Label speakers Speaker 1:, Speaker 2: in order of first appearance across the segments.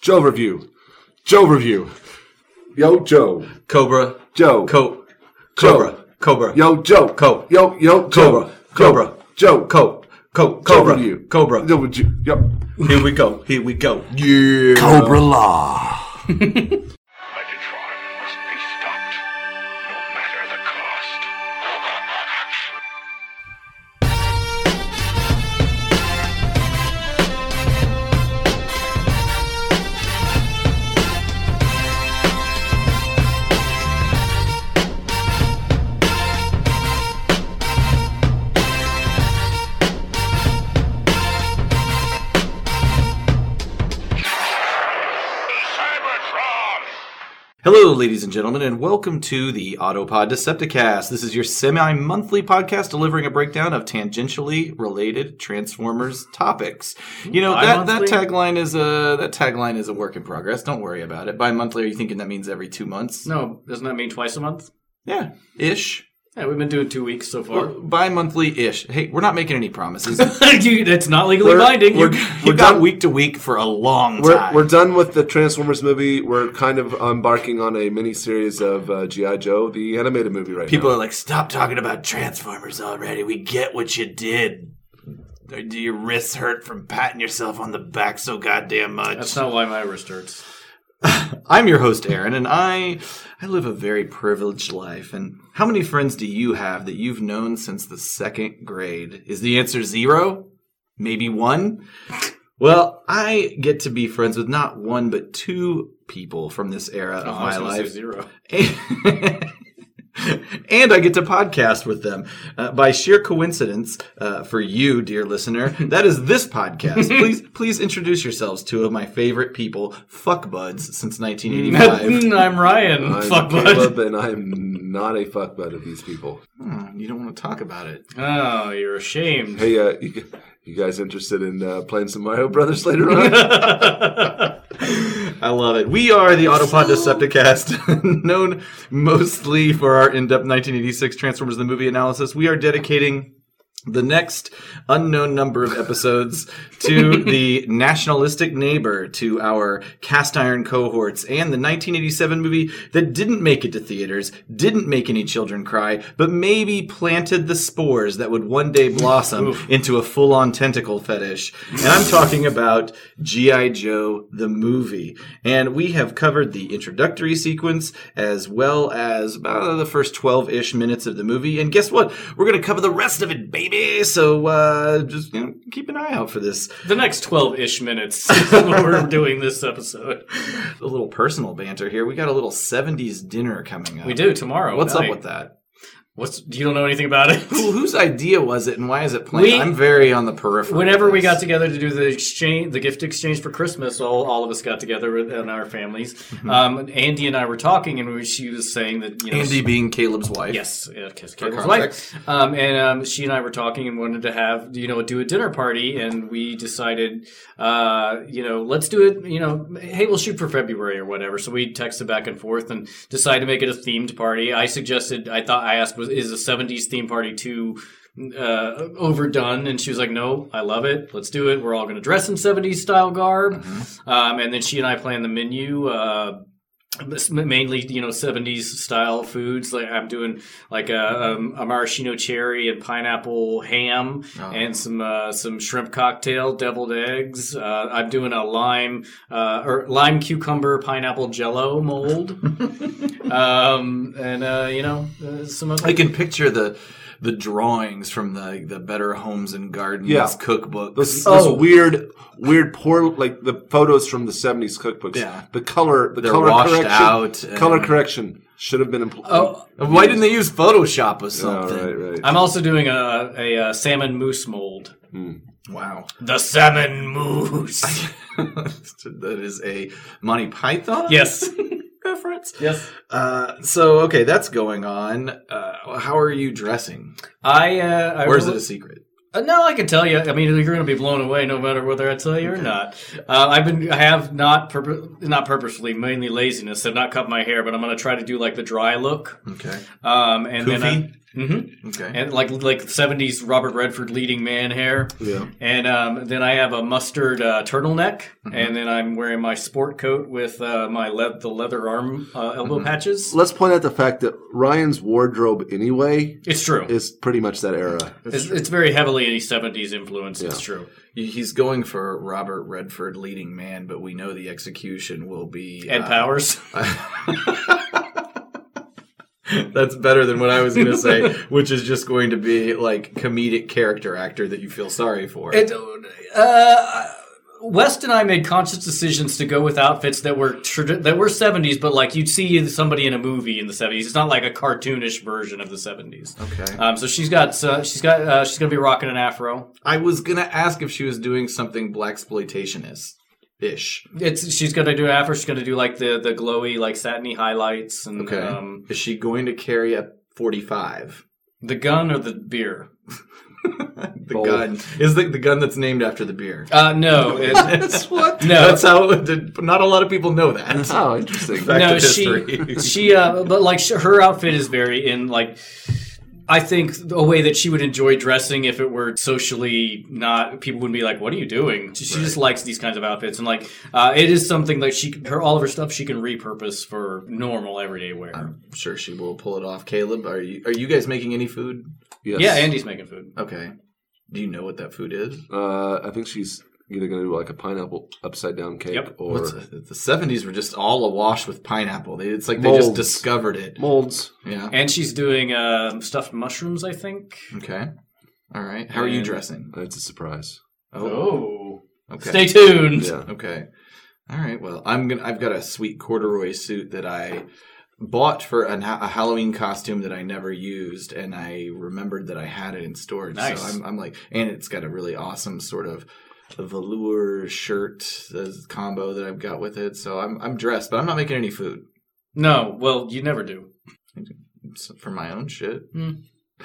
Speaker 1: Joe review. Joe review. Yo, Joe.
Speaker 2: Cobra.
Speaker 1: Joe.
Speaker 2: Co.
Speaker 1: Cobra.
Speaker 2: Cobra. Cobra.
Speaker 1: Yo, Joe.
Speaker 2: Co.
Speaker 1: Yo, yo, Joe.
Speaker 2: Cobra. Cobra.
Speaker 1: Joe.
Speaker 2: Co. Co.
Speaker 1: Joe
Speaker 2: Cobra.
Speaker 1: review.
Speaker 2: Cobra.
Speaker 1: Yo, would you? Yep.
Speaker 2: Here we go. Here we go.
Speaker 1: Yeah.
Speaker 3: Cobra Law.
Speaker 4: Megatron must be stopped, no matter the cost. Cybertron!
Speaker 2: Hello, ladies and gentlemen, and welcome to the Autopod Decepticast. This is your semi monthly podcast delivering a breakdown of tangentially related Transformers topics. You know, that, that tagline is a that tagline is a work in progress. Don't worry about it. Bi monthly, are you thinking that means every two months?
Speaker 5: No, doesn't that mean twice a month?
Speaker 2: Yeah. Ish.
Speaker 5: Yeah, we've been doing two weeks so far.
Speaker 2: Bi monthly ish. Hey, we're not making any promises.
Speaker 5: you, that's not legally binding.
Speaker 2: We're,
Speaker 5: You-
Speaker 2: we're
Speaker 1: We're
Speaker 2: done
Speaker 1: done-
Speaker 2: week to week for a long
Speaker 1: We're,
Speaker 2: time.
Speaker 1: we're done with the Transformers movie. We're kind of embarking on a mini series of uh, GI Joe, the animated movie, right
Speaker 2: People
Speaker 1: now.
Speaker 2: are like, stop talking about Transformers already. We get what you did. Or Do your wrists hurt from patting yourself on the back so goddamn much?
Speaker 5: that's not why my wrist hurts.
Speaker 2: I'm your host, Aaron, and I I live a very privileged life. And how many friends do you have that you've known since the second grade? Is the answer zero? Maybe one? Well, I get to be friends with not one but two people from this era of my
Speaker 5: I was gonna say
Speaker 2: life.
Speaker 5: zero.
Speaker 2: and I get to podcast with them. Uh, by sheer coincidence, uh, for you, dear listener, that is this podcast. please, please introduce yourselves. Two of my favorite people, fuck buds, since 1985.
Speaker 5: Mm, I'm Ryan.
Speaker 1: I'm
Speaker 5: Fuck bud.
Speaker 1: Caleb, and I'm not a fuckbud of these people.
Speaker 2: Hmm, you don't want to talk about it.
Speaker 5: Oh, you're ashamed.
Speaker 1: Hey, uh, you, g- you guys interested in uh, playing some Mario Brothers later on?
Speaker 2: I love it. We are the Autopod Decepticast, known mostly for our in-depth 1986 Transformers the movie analysis. We are dedicating the next unknown number of episodes to the nationalistic neighbor to our cast iron cohorts and the 1987 movie that didn't make it to theaters, didn't make any children cry, but maybe planted the spores that would one day blossom into a full-on tentacle fetish. And I'm talking about G.I. Joe the movie. And we have covered the introductory sequence as well as uh, the first 12-ish minutes of the movie. And guess what? We're going to cover the rest of it, baby. So uh, just you know, keep an eye out for this.
Speaker 5: The next 12 ish minutes is what we're doing this episode.
Speaker 2: A little personal banter here. We got a little 70s dinner coming up.
Speaker 5: We do tomorrow.
Speaker 2: What's up
Speaker 5: night.
Speaker 2: with that?
Speaker 5: What's, you don't know anything about
Speaker 2: Who,
Speaker 5: it?
Speaker 2: whose idea was it and why is it playing?
Speaker 5: We-
Speaker 2: I'm very on the periphery.
Speaker 5: Whenever
Speaker 2: of
Speaker 5: we
Speaker 2: this.
Speaker 5: got together to do the exchange, the gift exchange for Christmas, all, all of us got together with, and our families. Um, Andy and I were talking, and we, she was saying that you know
Speaker 2: Mm-hmm. Andy being Caleb's wife.
Speaker 5: Yes, yeah, Kiss Cable's
Speaker 2: context.
Speaker 5: wife. Um, and um, she and I were talking and wanted to have, you know, do a dinner party. And we decided, uh, you know, let's do it, you know, hey, we'll shoot for February or whatever. So we texted back and forth and decided to make it a themed party. I suggested, I thought, I asked, was is a 70s theme party too uh, overdone? And she was like, no, I love it. Let's do it. We're all going to dress in 70s style garb. Um, and then she and I planned the menu. Uh, this- mainly you know 70s style foods like i'm doing like a, um, a maraschino cherry and pineapple ham
Speaker 2: Oh.
Speaker 5: and some uh, some shrimp cocktail deviled eggs uh, i'm doing a lime uh, or lime cucumber pineapple jello mold um, and uh, you know uh, some other
Speaker 2: I can picture the the drawings from the the Better Homes and Gardens
Speaker 1: Yeah.
Speaker 2: cookbook.
Speaker 1: Those, those weird, weird, poor like the photos from the '70s cookbooks.
Speaker 2: Yeah.
Speaker 1: the color, the
Speaker 2: They're
Speaker 1: color
Speaker 2: washed
Speaker 1: correction,
Speaker 2: out and-
Speaker 1: color correction should have been. Impl-
Speaker 5: oh
Speaker 2: Why didn't they use Photoshop or
Speaker 1: oh,
Speaker 2: something?
Speaker 1: right, right.
Speaker 5: i'm also doing a, a, uh salmon mousse mold
Speaker 2: Wow.
Speaker 5: the salmon mousse
Speaker 2: that is a Monty Python
Speaker 5: yes
Speaker 2: reference.
Speaker 5: yes
Speaker 2: Uh, so okay, that's going on. Uh, how are you dressing?
Speaker 5: i uh I
Speaker 2: Or is
Speaker 5: really-
Speaker 2: it a secret?
Speaker 5: Uh, No, I can tell you. I mean, you're going to be blown away no matter whether I tell you or not. Uh, I've been, I have not, purpo- not purposefully, mainly laziness. I've not cut my hair, but I'm going to try to do like the dry look.
Speaker 2: Okay.
Speaker 5: Um, and then
Speaker 2: Poofy?
Speaker 5: I,
Speaker 2: Okay.
Speaker 5: and like like seventies Robert Redford leading man hair.
Speaker 1: Yeah.
Speaker 5: And um, then I have a mustard uh, turtleneck, and then I'm wearing my sport coat with uh, my le- the leather arm uh, elbow patches.
Speaker 1: Let's point out the fact that Ryan's wardrobe, anyway,
Speaker 5: It's true. It's,
Speaker 1: is pretty much that era.
Speaker 5: it's, very heavily any seventies influence. It's true.
Speaker 2: He's going for Robert Redford leading man, but we know the execution will be
Speaker 5: Ed
Speaker 2: uh,
Speaker 5: Powers.
Speaker 2: That's better than what I was going to say, which is just going to be like comedic character actor that you feel sorry for.
Speaker 5: It, uh, West and I made conscious decisions to go with outfits that were trad- that were seventies, but like you'd see somebody in a movie in the seventies. It's not like a cartoonish version of the seventies.
Speaker 2: okay.
Speaker 5: Um, so she's got uh, she's got uh, she's gonna be rocking an afro.
Speaker 2: I was going to ask if she was doing something black exploitationist ish.
Speaker 5: It's she's gonna do afro. She's gonna do like the the glowy like satiny highlights and
Speaker 2: Okay.
Speaker 5: um,
Speaker 2: is she going to carry a 45?
Speaker 5: the gun or the beer.
Speaker 2: The gun is the, the gun that's named after the beer.
Speaker 5: Uh, no, it,
Speaker 2: That's what.
Speaker 5: No.
Speaker 2: that's how. Not a lot of people know that.
Speaker 1: Oh, interesting.
Speaker 2: Back
Speaker 5: no,
Speaker 2: to
Speaker 5: she
Speaker 2: history.
Speaker 5: she uh, but like sh her outfit is very in like. I think a way that she would enjoy dressing if it were socially not people would be like, "What are you doing?" She she just likes these kinds of outfits, and like uh, it is something that she her all of her stuff she can repurpose for normal everyday wear.
Speaker 2: I'm sure she will pull it off. Caleb, are you are you guys making any food?
Speaker 1: Yes.
Speaker 5: Yeah, Andy's making food.
Speaker 2: Okay. Do you know what that food is?
Speaker 1: Uh, I think she's either going to do like a pineapple upside down cake
Speaker 5: Yep.
Speaker 1: or
Speaker 2: What's the seventies were just all awash with pineapple. They, it's like they just
Speaker 1: Molds.
Speaker 2: discovered it.
Speaker 1: molds.
Speaker 2: Yeah.
Speaker 5: And she's doing um, stuffed mushrooms, I think.
Speaker 2: Okay. All right. How are you
Speaker 5: And-
Speaker 2: dressing?
Speaker 1: That's a surprise.
Speaker 5: Oh.
Speaker 2: Okay.
Speaker 5: Stay tuned.
Speaker 1: Yeah.
Speaker 2: Okay. All right. Well, I'm gonna. I've got a sweet corduroy suit that I bought for an, a Halloween costume that I never used, and I remembered that I had it in storage.
Speaker 5: Nice.
Speaker 2: So I'm, I'm like, and it's got a really awesome sort of velour shirt uh, combo that I've got with it. So I'm I'm dressed, but I'm not making any food
Speaker 5: No, well, you never do.
Speaker 2: It's for my own shit.
Speaker 5: Hmm.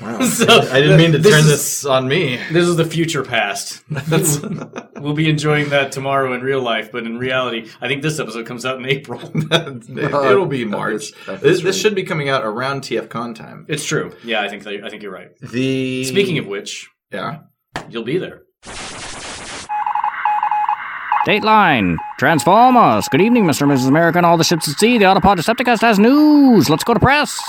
Speaker 2: Wow.
Speaker 5: So,
Speaker 2: I didn't mean to
Speaker 5: this
Speaker 2: turn
Speaker 5: is-
Speaker 2: this on me.
Speaker 5: This is the future past.
Speaker 2: That's
Speaker 5: we'll be enjoying that tomorrow in real life, but in reality, I think this episode comes out in April.
Speaker 2: it'll be
Speaker 1: That
Speaker 2: March.
Speaker 1: is- that
Speaker 2: This,
Speaker 1: is
Speaker 2: this
Speaker 1: right.
Speaker 2: should be coming out around TFCon time.
Speaker 5: It's true. Yeah, I think that, I think you're right.
Speaker 2: The
Speaker 5: Speaking of which,
Speaker 2: yeah,
Speaker 5: you'll be there.
Speaker 3: Dateline! Transformers! Good evening, Mr. and Mrs. America and all the ships at sea. The Autopod Decepticast has news! Let's go to press!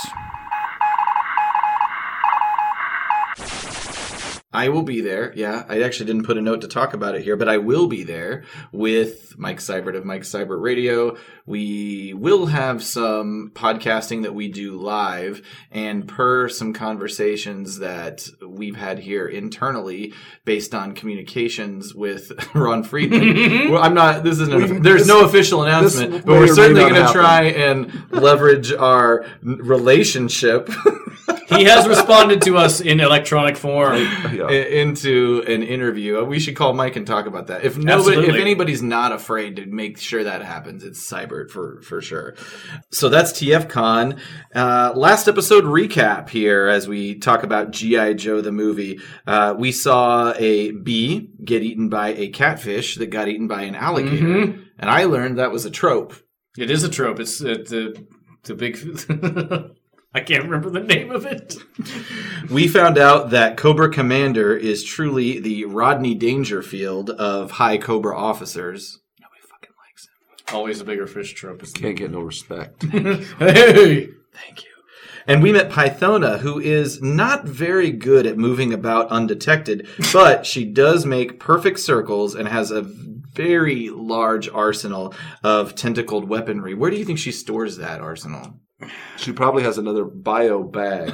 Speaker 2: I will be there. Yeah, I actually didn't put a note to talk about it here, but I will be there with Mike Seibert of Mike Seibert Radio. We will have some podcasting that we do live, and per some conversations that we've had here internally based on communications with Ron Friedman. well, I'm not. This isn't.
Speaker 1: Mm-hmm. We've-
Speaker 2: there's
Speaker 1: this-
Speaker 2: no official announcement, but
Speaker 1: may or
Speaker 2: we're
Speaker 1: may
Speaker 2: certainly
Speaker 1: not
Speaker 2: going to
Speaker 1: happen.
Speaker 2: try and leverage our n- relationship.
Speaker 5: He has responded to us in electronic form.
Speaker 1: Yeah.
Speaker 2: i- into an interview. Uh, We should call Mike and talk about that. If nobody,
Speaker 5: Absolutely.
Speaker 2: if anybody's not afraid to make sure that happens, it's Cybert for for sure. So that's TFCon. Uh, last episode recap here as we talk about GI Joe the movie. Uh, we saw a bee get eaten by a catfish that got eaten by an alligator, and I learned that was a trope.
Speaker 5: It is a trope. It's uh, the the big. I can't remember the name of it.
Speaker 2: We found out that Cobra Commander is truly the Rodney Dangerfield of high Cobra officers. Nobody fucking likes him.
Speaker 5: Always a bigger fish trope. Isn't
Speaker 1: Can't get no respect.
Speaker 5: it? Hey.
Speaker 2: Thank you. And we met Pythona, who is not very good at moving about undetected, but she does make perfect circles and has a very large arsenal of tentacled weaponry. Where do you think she stores that arsenal?
Speaker 1: she probably has another bio bag.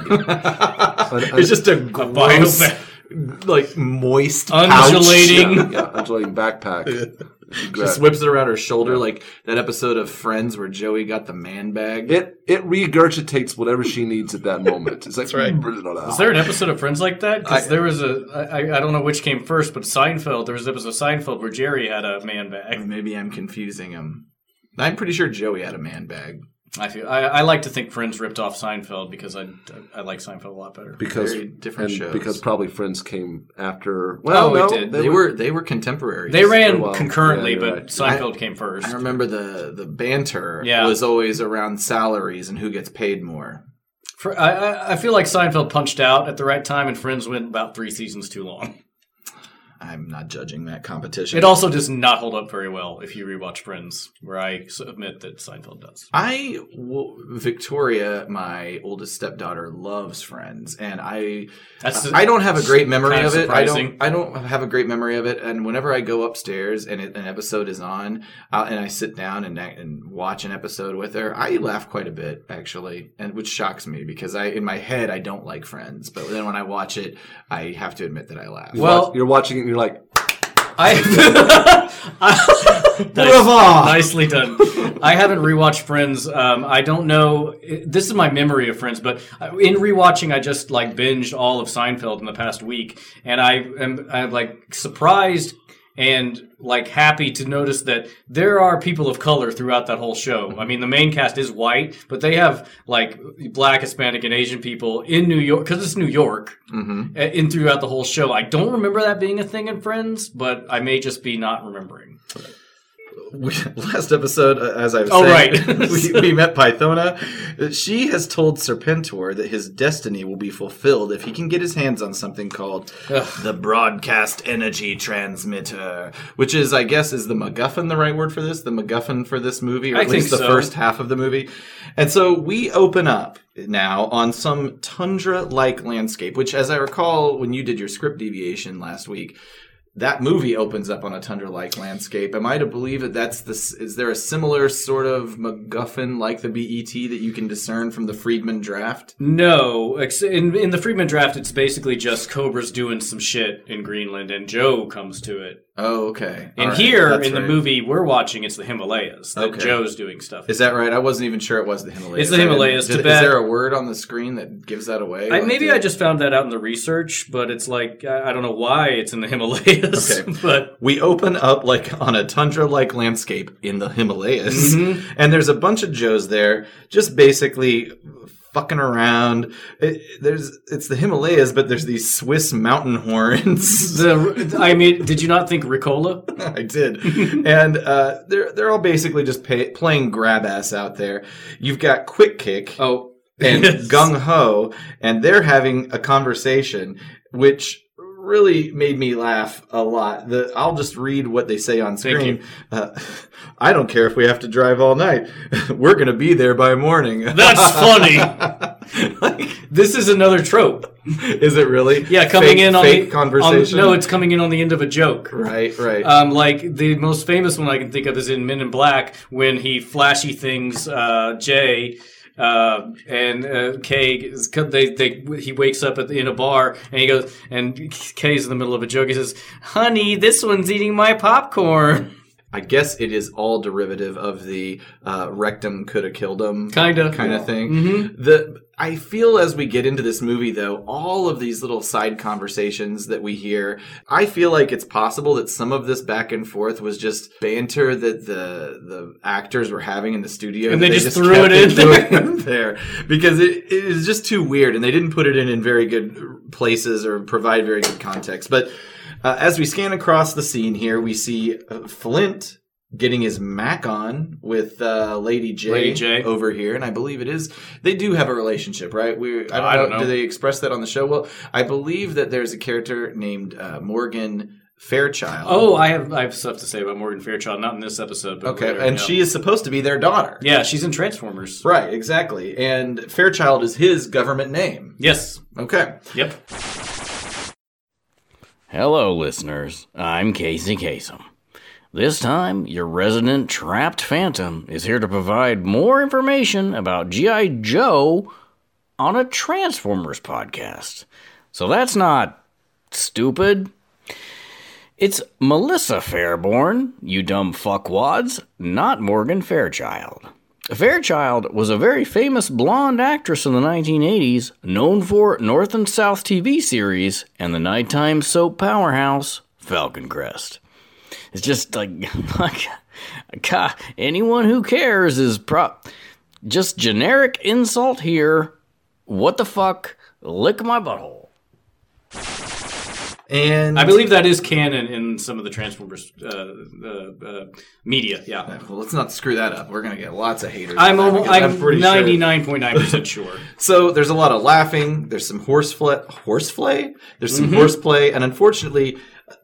Speaker 2: it's just a, gross,
Speaker 5: bag.
Speaker 2: like moist, pouch.
Speaker 5: Undulating.
Speaker 1: yeah, undulating backpack. She grabbed-
Speaker 2: Just whips it around her shoulder like that episode of Friends where Joey got the man bag.
Speaker 1: it it regurgitates whatever she needs at that moment. It's like that's
Speaker 2: right.
Speaker 5: Is there an episode of Friends like that? Because
Speaker 2: I-
Speaker 5: there was a I, I- I don't know which came first, but Seinfeld. There was an episode of Seinfeld where Jerry had a man bag.
Speaker 2: Maybe I'm confusing him. I'm pretty sure Joey had a man bag.
Speaker 5: I feel I, I like to think Friends ripped off Seinfeld because I I like Seinfeld a lot better.
Speaker 1: because
Speaker 2: Very different
Speaker 1: and
Speaker 2: shows.
Speaker 1: because probably Friends came after. Well,
Speaker 5: Oh,
Speaker 1: no,
Speaker 5: it did.
Speaker 2: They were they were contemporaries.
Speaker 5: They ran
Speaker 1: well,
Speaker 5: concurrently,
Speaker 1: yeah,
Speaker 5: but
Speaker 1: you're right.
Speaker 5: Seinfeld came first.
Speaker 2: I remember the the banter
Speaker 5: Yeah.
Speaker 2: was always around salaries and who gets paid more.
Speaker 5: Fr- I, I- I feel like Seinfeld punched out at the right time, and Friends went about three seasons too long.
Speaker 2: I'm not judging that competition.
Speaker 5: It also does not hold up very well if you rewatch Friends, where I submit that Seinfeld does.
Speaker 2: I w- Victoria, my oldest stepdaughter, loves Friends, and I
Speaker 5: That's
Speaker 2: I don't have a great memory
Speaker 5: kind
Speaker 2: of
Speaker 5: of
Speaker 2: it. I
Speaker 5: surprising.
Speaker 2: don't I don't have a great memory of it. And whenever I go upstairs and it, an episode is on, uh, and I sit down and I- and watch an episode with her, I laugh quite a bit actually, and which shocks me because I in my head I don't like Friends, but then when I watch it, I have to admit that I laugh.
Speaker 5: Well-
Speaker 1: Watch- you're watching it and you're like,
Speaker 5: I, I- nice,
Speaker 2: Bravo!
Speaker 5: nicely done. I haven't rewatched Friends. Um, I don't know. This is my memory of Friends, but in rewatching, I just like binged all of Seinfeld in the past week, and I am I'm like surprised and like happy to notice that there are people of color throughout that whole show. I mean, the main cast is white, but they have like black, Hispanic, and Asian people in New York because it's New York uh, in throughout the whole show. I don't remember that being a thing in Friends, but I may just be not remembering.
Speaker 2: we, last episode, uh, as I was
Speaker 5: Oh,
Speaker 2: saying,
Speaker 5: right.
Speaker 2: we, we met Pythona. She has told Serpentor that his destiny will be fulfilled if he can get his hands on something called the Broadcast Energy Transmitter, which is, I guess, is the MacGuffin the right word for this? The MacGuffin for this movie, or
Speaker 5: I
Speaker 2: at least the
Speaker 5: think so.
Speaker 2: first half of the movie. And so we open up now on some tundra-like landscape, which, as I recall, when you did your script deviation last week, that movie opens up on a tundra-like landscape. Am I to believe that that's this? Is there a similar sort of MacGuffin like the BET that you can discern from the Friedman draft?
Speaker 5: No, ex- in, in the Freeman draft, it's basically just Cobra's doing some shit in Greenland, and Joe comes to it.
Speaker 2: Oh, okay. All
Speaker 5: And
Speaker 2: right,
Speaker 5: here
Speaker 2: that's
Speaker 5: in the
Speaker 2: right.
Speaker 5: movie we're watching, it's the Himalayas that
Speaker 2: Okay.
Speaker 5: Joe's doing stuff.
Speaker 2: Is that right? I wasn't even sure it was the Himalayas.
Speaker 5: It's the
Speaker 2: I didn't-
Speaker 5: Himalayas,
Speaker 2: did- Is
Speaker 5: Tibet.
Speaker 2: there a word on the screen that gives that away?
Speaker 5: I,
Speaker 2: Like,
Speaker 5: maybe
Speaker 2: did-
Speaker 5: I just found that out in the research, but it's like I, I don't know why it's in the Himalayas.
Speaker 2: Okay.
Speaker 5: but
Speaker 2: We open up like on a tundra-like landscape in the Himalayas, and there's a bunch of Joes there, just basically fucking around. It, there's it's the Himalayas, but there's these Swiss mountain horns.
Speaker 5: the I mean, did you not think Ricola?
Speaker 2: I did, and uh, they're they're all basically just pay, playing grab ass out there. You've got Quick Kick
Speaker 5: Oh,
Speaker 2: and
Speaker 5: yes.
Speaker 2: Gung Ho, and they're having a conversation, which really made me laugh a lot. The, I'll just read what they say on
Speaker 5: Thank
Speaker 2: screen. Uh, I don't care if we have to drive all night. We're gonna be there by morning.
Speaker 5: That's funny. this is another trope.
Speaker 2: Is it really?
Speaker 5: Yeah, coming
Speaker 2: Fake-
Speaker 5: in on
Speaker 2: fake
Speaker 5: the
Speaker 2: conversation.
Speaker 5: on- no, it's coming in on the end of a joke.
Speaker 2: right, right.
Speaker 5: Um, like the most famous one I can think of is in Men in Black when he flashy things uh, Jay. Uh, and uh, Kay, is- they, they, he wakes up at the, in a bar and he goes, and Kay's in the middle of a joke. He says, "Honey, this one's eating my popcorn."
Speaker 2: I guess it is all derivative of the uh, rectum coulda killed him
Speaker 5: Kinda.
Speaker 2: kind of thing.
Speaker 5: Mm-hmm.
Speaker 2: The I feel as we get into this movie though, all of these little side conversations that we hear, I feel like it's possible that some of this back and forth was just banter that the the actors were having in the studio,
Speaker 5: And
Speaker 2: that
Speaker 5: they just threw
Speaker 2: kept
Speaker 5: it in
Speaker 2: threw
Speaker 5: there.
Speaker 2: it in there because it, it is just too weird, and they didn't put it in in very good places or provide very good context, but. Uh, as we scan across the scene here, we see uh, Flint getting his Mac on with uh, Lady J,
Speaker 5: Lady J.
Speaker 2: over here, and I believe it is they do have a relationship, right? We I don't,
Speaker 5: I don't
Speaker 2: know,
Speaker 5: know.
Speaker 2: Do they express that on the show? Well, I believe that there's a character named uh, Morgan Fairchild.
Speaker 5: Oh, I have I have stuff to say about Morgan Fairchild, not in this episode, but
Speaker 2: okay,
Speaker 5: later,
Speaker 2: and
Speaker 5: yeah.
Speaker 2: she is supposed to be their daughter.
Speaker 5: yeah, she's in Transformers.
Speaker 2: Right, exactly. And Fairchild is his government name.
Speaker 5: Yes,
Speaker 2: Okay.
Speaker 5: yep.
Speaker 3: Hello, listeners. I'm Casey Kasem. This time, your resident trapped phantom is here to provide more information about G.I. Joe on a Transformers podcast. So that's not stupid. It's Melissa Fairborn, you dumb fuckwads, not Morgan Fairchild. Fairchild was a very famous blonde actress in the 1980s, known for North and South TV series and the nighttime soap powerhouse Falcon Crest. It's just like, like God, anyone who cares is prop. Just generic insult here. What the fuck? Lick my butthole.
Speaker 2: And
Speaker 5: I believe that is canon in some of the Transformers uh, uh, uh, media. Yeah,
Speaker 2: Well, let's not screw that up. We're gonna get lots of haters.
Speaker 5: I'm
Speaker 2: on that
Speaker 5: almost
Speaker 2: because
Speaker 5: I'm
Speaker 2: pretty sure-
Speaker 5: 99.9 percent sure.
Speaker 2: So there's a lot of laughing. There's some horseflay. Horseplay. There's
Speaker 1: Mm-hmm.
Speaker 2: some horseplay, and unfortunately,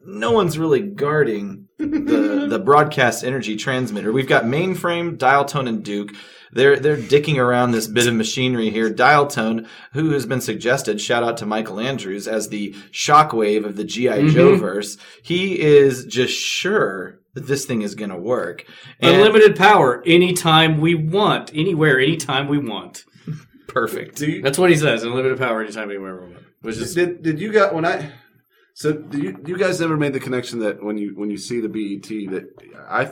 Speaker 2: no one's really guarding the the broadcast energy transmitter. We've got mainframe, dial tone, and Duke. They're they're dicking around this bit of machinery here. Dial tone, who has been suggested, shout out to Michael Andrews as the shockwave of the GI Joe
Speaker 1: Mm-hmm.
Speaker 2: verse. He is just sure that this thing is going to work. And-
Speaker 5: Unlimited power anytime we want, anywhere, anytime we want.
Speaker 2: perfect.
Speaker 1: Do you,
Speaker 5: That's what he says. Unlimited power anytime, anywhere we want. Which is
Speaker 1: did did you got when I? So do you you guys ever made the connection that when you when you see the BET that I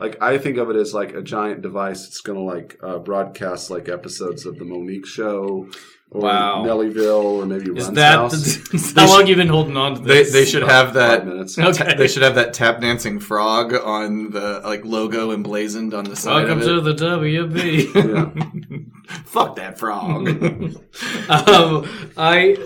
Speaker 1: like I think of it as like a giant device. It's gonna like uh, broadcast like episodes of the Monique Show or
Speaker 5: Wow.
Speaker 1: Nellyville or maybe
Speaker 5: is
Speaker 1: Run's
Speaker 5: that
Speaker 1: House.
Speaker 5: how long you been holding on to
Speaker 2: They
Speaker 5: this?
Speaker 2: they should have
Speaker 1: Five
Speaker 2: that
Speaker 1: minutes.
Speaker 5: okay.
Speaker 2: They should have that tap dancing frog on the like logo emblazoned on the side
Speaker 5: Welcome
Speaker 2: of it.
Speaker 5: to the WB.
Speaker 1: Yeah.
Speaker 2: Fuck that frog.
Speaker 5: um, I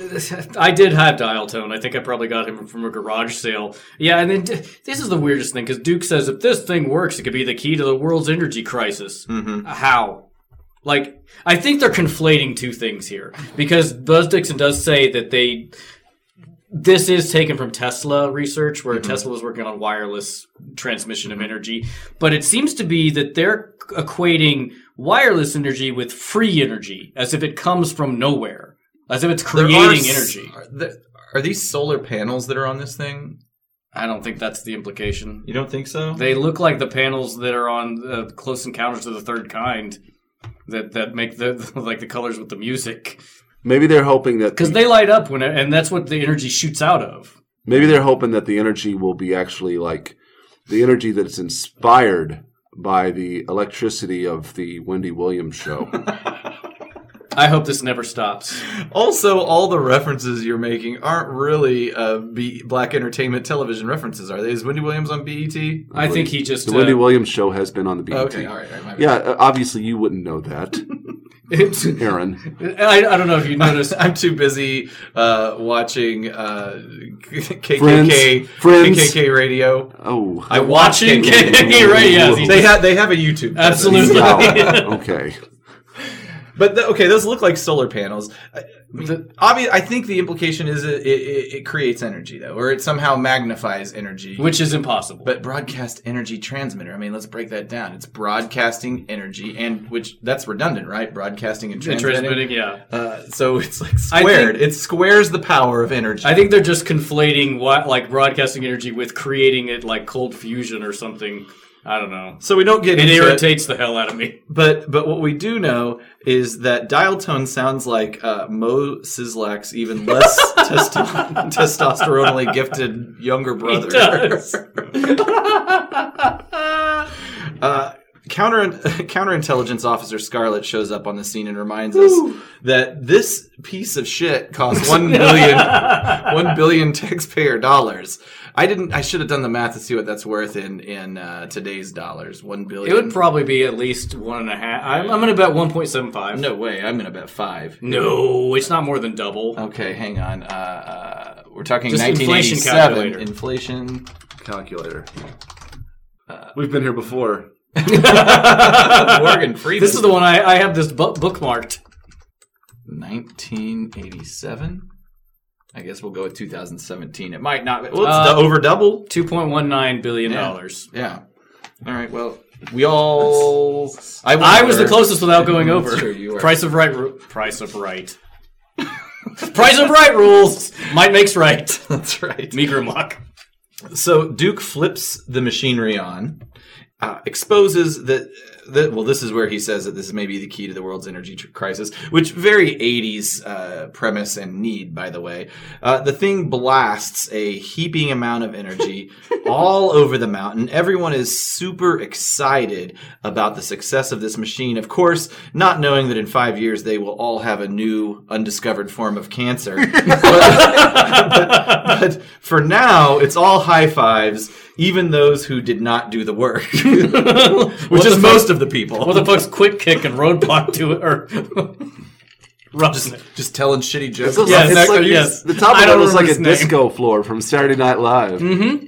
Speaker 5: I did have dial tone. I think I probably got him from a garage sale. Yeah, and then d- this is the weirdest thing because Duke says if this thing works, it could be the key to the world's energy crisis. How? Like, I think they're conflating two things here because Buzz Dixon does say that they. This is taken from Tesla research, where Tesla was working on wireless transmission of energy. But it seems to be that they're equating wireless energy with free energy, as if it comes from nowhere, as if it's creating energy.
Speaker 2: Are, there, are these solar panels that are on this thing?
Speaker 5: I don't think that's the implication.
Speaker 2: You don't think so?
Speaker 5: They look like the panels that are on uh, Close Encounters of the Third Kind that that make the like the colors with the music
Speaker 1: Maybe they're hoping that
Speaker 5: because
Speaker 1: the-
Speaker 5: they light up when it, and that's what the energy shoots out of.
Speaker 1: maybe they're hoping that the energy will be actually like the energy that's inspired by the electricity of the Wendy Williams show.
Speaker 5: I hope this never stops.
Speaker 2: also, all the references you're making aren't really uh, B- black entertainment television references, are they? Is Wendy Williams on BET?
Speaker 5: I think he just
Speaker 1: the Wendy
Speaker 5: uh,
Speaker 1: Williams show has been on the BET.
Speaker 2: Okay, all right, all right. my bad.
Speaker 1: Yeah, uh, obviously you wouldn't know that,
Speaker 5: it's,
Speaker 1: Aaron.
Speaker 5: I, I don't know if you noticed.
Speaker 2: I'm too busy uh, watching uh, KKK
Speaker 1: Friends.
Speaker 2: KKK radio.
Speaker 1: Oh,
Speaker 2: I watch
Speaker 5: watching
Speaker 2: KKK
Speaker 5: KKK right? Yeah, he
Speaker 2: They
Speaker 5: just-
Speaker 2: have they have a YouTube. presence.
Speaker 5: Absolutely.
Speaker 1: wow. okay.
Speaker 2: But the, okay, those look like solar panels. I, obvi- I think the implication is it, it, it it creates energy though, or it somehow magnifies energy.
Speaker 5: which is impossible.
Speaker 2: but broadcast energy transmitter. I mean, let's break that down. It's broadcasting energy, and which that's redundant, right? Broadcasting and
Speaker 5: And
Speaker 2: transmitting.
Speaker 5: transmitting, yeah.
Speaker 2: Uh, so it's like
Speaker 5: I
Speaker 2: squared.
Speaker 5: think-
Speaker 2: it squares the power of energy.
Speaker 5: I think they're just conflating what like broadcasting energy with creating it like cold fusion or something. I don't know.
Speaker 2: so we don't get
Speaker 5: It
Speaker 2: into it.
Speaker 5: irritates the hell out of me.
Speaker 2: But but what we do know is that dial tone sounds like uh, Mo Sizlak's even less testo- testosteronally gifted younger brother.
Speaker 5: does.
Speaker 2: uh, counter counterintelligence officer Scarlet shows up on the scene and reminds us that this piece of shit costs one billion one billion taxpayer dollars. I didn't. I should have done the math to see what that's worth in in uh, today's dollars. One
Speaker 5: It
Speaker 2: billion.
Speaker 5: would probably be at least one and a half. I'm, I'm going to bet 1.75.
Speaker 2: no way. I'm gonna bet five.
Speaker 5: No, it's not more than double.
Speaker 2: Okay, hang on. Uh, uh, we're talking
Speaker 5: Just inflation
Speaker 2: 1987
Speaker 5: calculator.
Speaker 2: inflation. Uh,
Speaker 1: Calculator. We've been here before.
Speaker 2: Morgan Freeman.
Speaker 5: This is the one I, I have this bu- bookmarked.
Speaker 2: 1987. I guess we'll go with 2017. It might not. Be, well, it's
Speaker 5: Uh,
Speaker 2: the over double.
Speaker 5: $2.19 billion.
Speaker 2: Yeah. All right. Well, we all. I,
Speaker 5: I was the
Speaker 2: wonder-
Speaker 5: closest without going over.
Speaker 2: Sure you were.
Speaker 5: Price of right. Ru- price of right. price of right rules. Might makes right.
Speaker 2: That's right.
Speaker 5: Meager muck.
Speaker 2: So Duke flips the machinery on, uh, exposes that, that. Well, this is where he says that this is maybe the key to the world's energy tr- crisis, which very 80s uh, premise and need, by the way. Uh, the thing blasts a heaping amount of energy all over the mountain. Everyone is super excited about the success of this machine. Of course, not knowing that in five years they will all have a new undiscovered form of cancer. But for now, it's all high fives, even those who did not do the work, which is most of the people.
Speaker 5: What the fuck's quick kick and roadblock to it? Or Rusnik.
Speaker 2: Just telling shitty jokes.
Speaker 1: It's,
Speaker 5: Yes,
Speaker 1: it's like,
Speaker 5: yes.
Speaker 1: The top of
Speaker 5: I
Speaker 1: that
Speaker 5: don't
Speaker 1: was like a
Speaker 5: remember his name.
Speaker 1: disco floor from Saturday Night Live.
Speaker 2: Mm-hmm.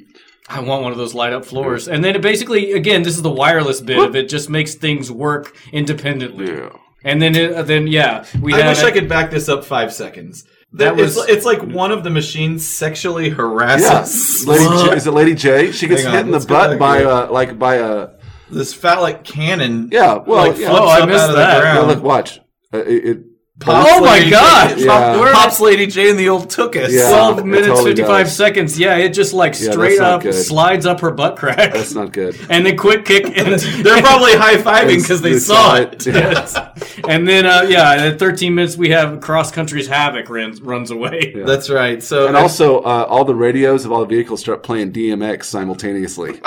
Speaker 5: I want one of those light up floors. And then it basically, again, this is the wireless bit of it. Just makes things work independently.
Speaker 1: Yeah.
Speaker 5: And then, it, then yeah, we
Speaker 2: I
Speaker 5: had
Speaker 2: wish
Speaker 5: it-
Speaker 2: I could back this up five seconds. That
Speaker 5: That
Speaker 2: was,
Speaker 5: was-
Speaker 2: it's, it's like one of the machines sexually harasses
Speaker 1: Yes, Lady J, is it Lady J? She gets
Speaker 2: Hang on,
Speaker 1: hit in the
Speaker 2: let's go
Speaker 1: butt
Speaker 2: back
Speaker 1: by
Speaker 2: here.
Speaker 1: a like by a
Speaker 2: this phallic cannon.
Speaker 1: yeah. Well,
Speaker 2: like
Speaker 1: yeah.
Speaker 2: floats
Speaker 5: Oh, I
Speaker 2: up
Speaker 5: missed
Speaker 2: out of
Speaker 5: that.
Speaker 2: the
Speaker 1: No,
Speaker 2: ground.
Speaker 1: look, watch. Uh, it, it
Speaker 2: Pops
Speaker 5: Oh my
Speaker 2: Lady J-
Speaker 5: God!
Speaker 1: Yeah.
Speaker 2: Pop- Pops Lady J and the old Tookus.
Speaker 1: Yeah.
Speaker 2: Well,
Speaker 5: 12
Speaker 1: it
Speaker 5: minutes,
Speaker 1: totally
Speaker 5: 55
Speaker 1: does.
Speaker 5: seconds. Yeah, it just like
Speaker 1: that's
Speaker 5: straight
Speaker 1: not
Speaker 5: up
Speaker 1: good.
Speaker 5: slides up her butt crack.
Speaker 1: that's not good.
Speaker 5: and then quick kick. And
Speaker 2: they're probably high fiving
Speaker 1: It's-
Speaker 2: because they,
Speaker 1: they
Speaker 2: saw
Speaker 1: saw
Speaker 2: it.
Speaker 1: it.
Speaker 5: Yes. and then, uh, yeah, at 13 minutes, we have Cross Country's Havoc runs, runs away.
Speaker 2: That's right. So
Speaker 1: And also, uh, all the radios of all the vehicles start playing DMX simultaneously.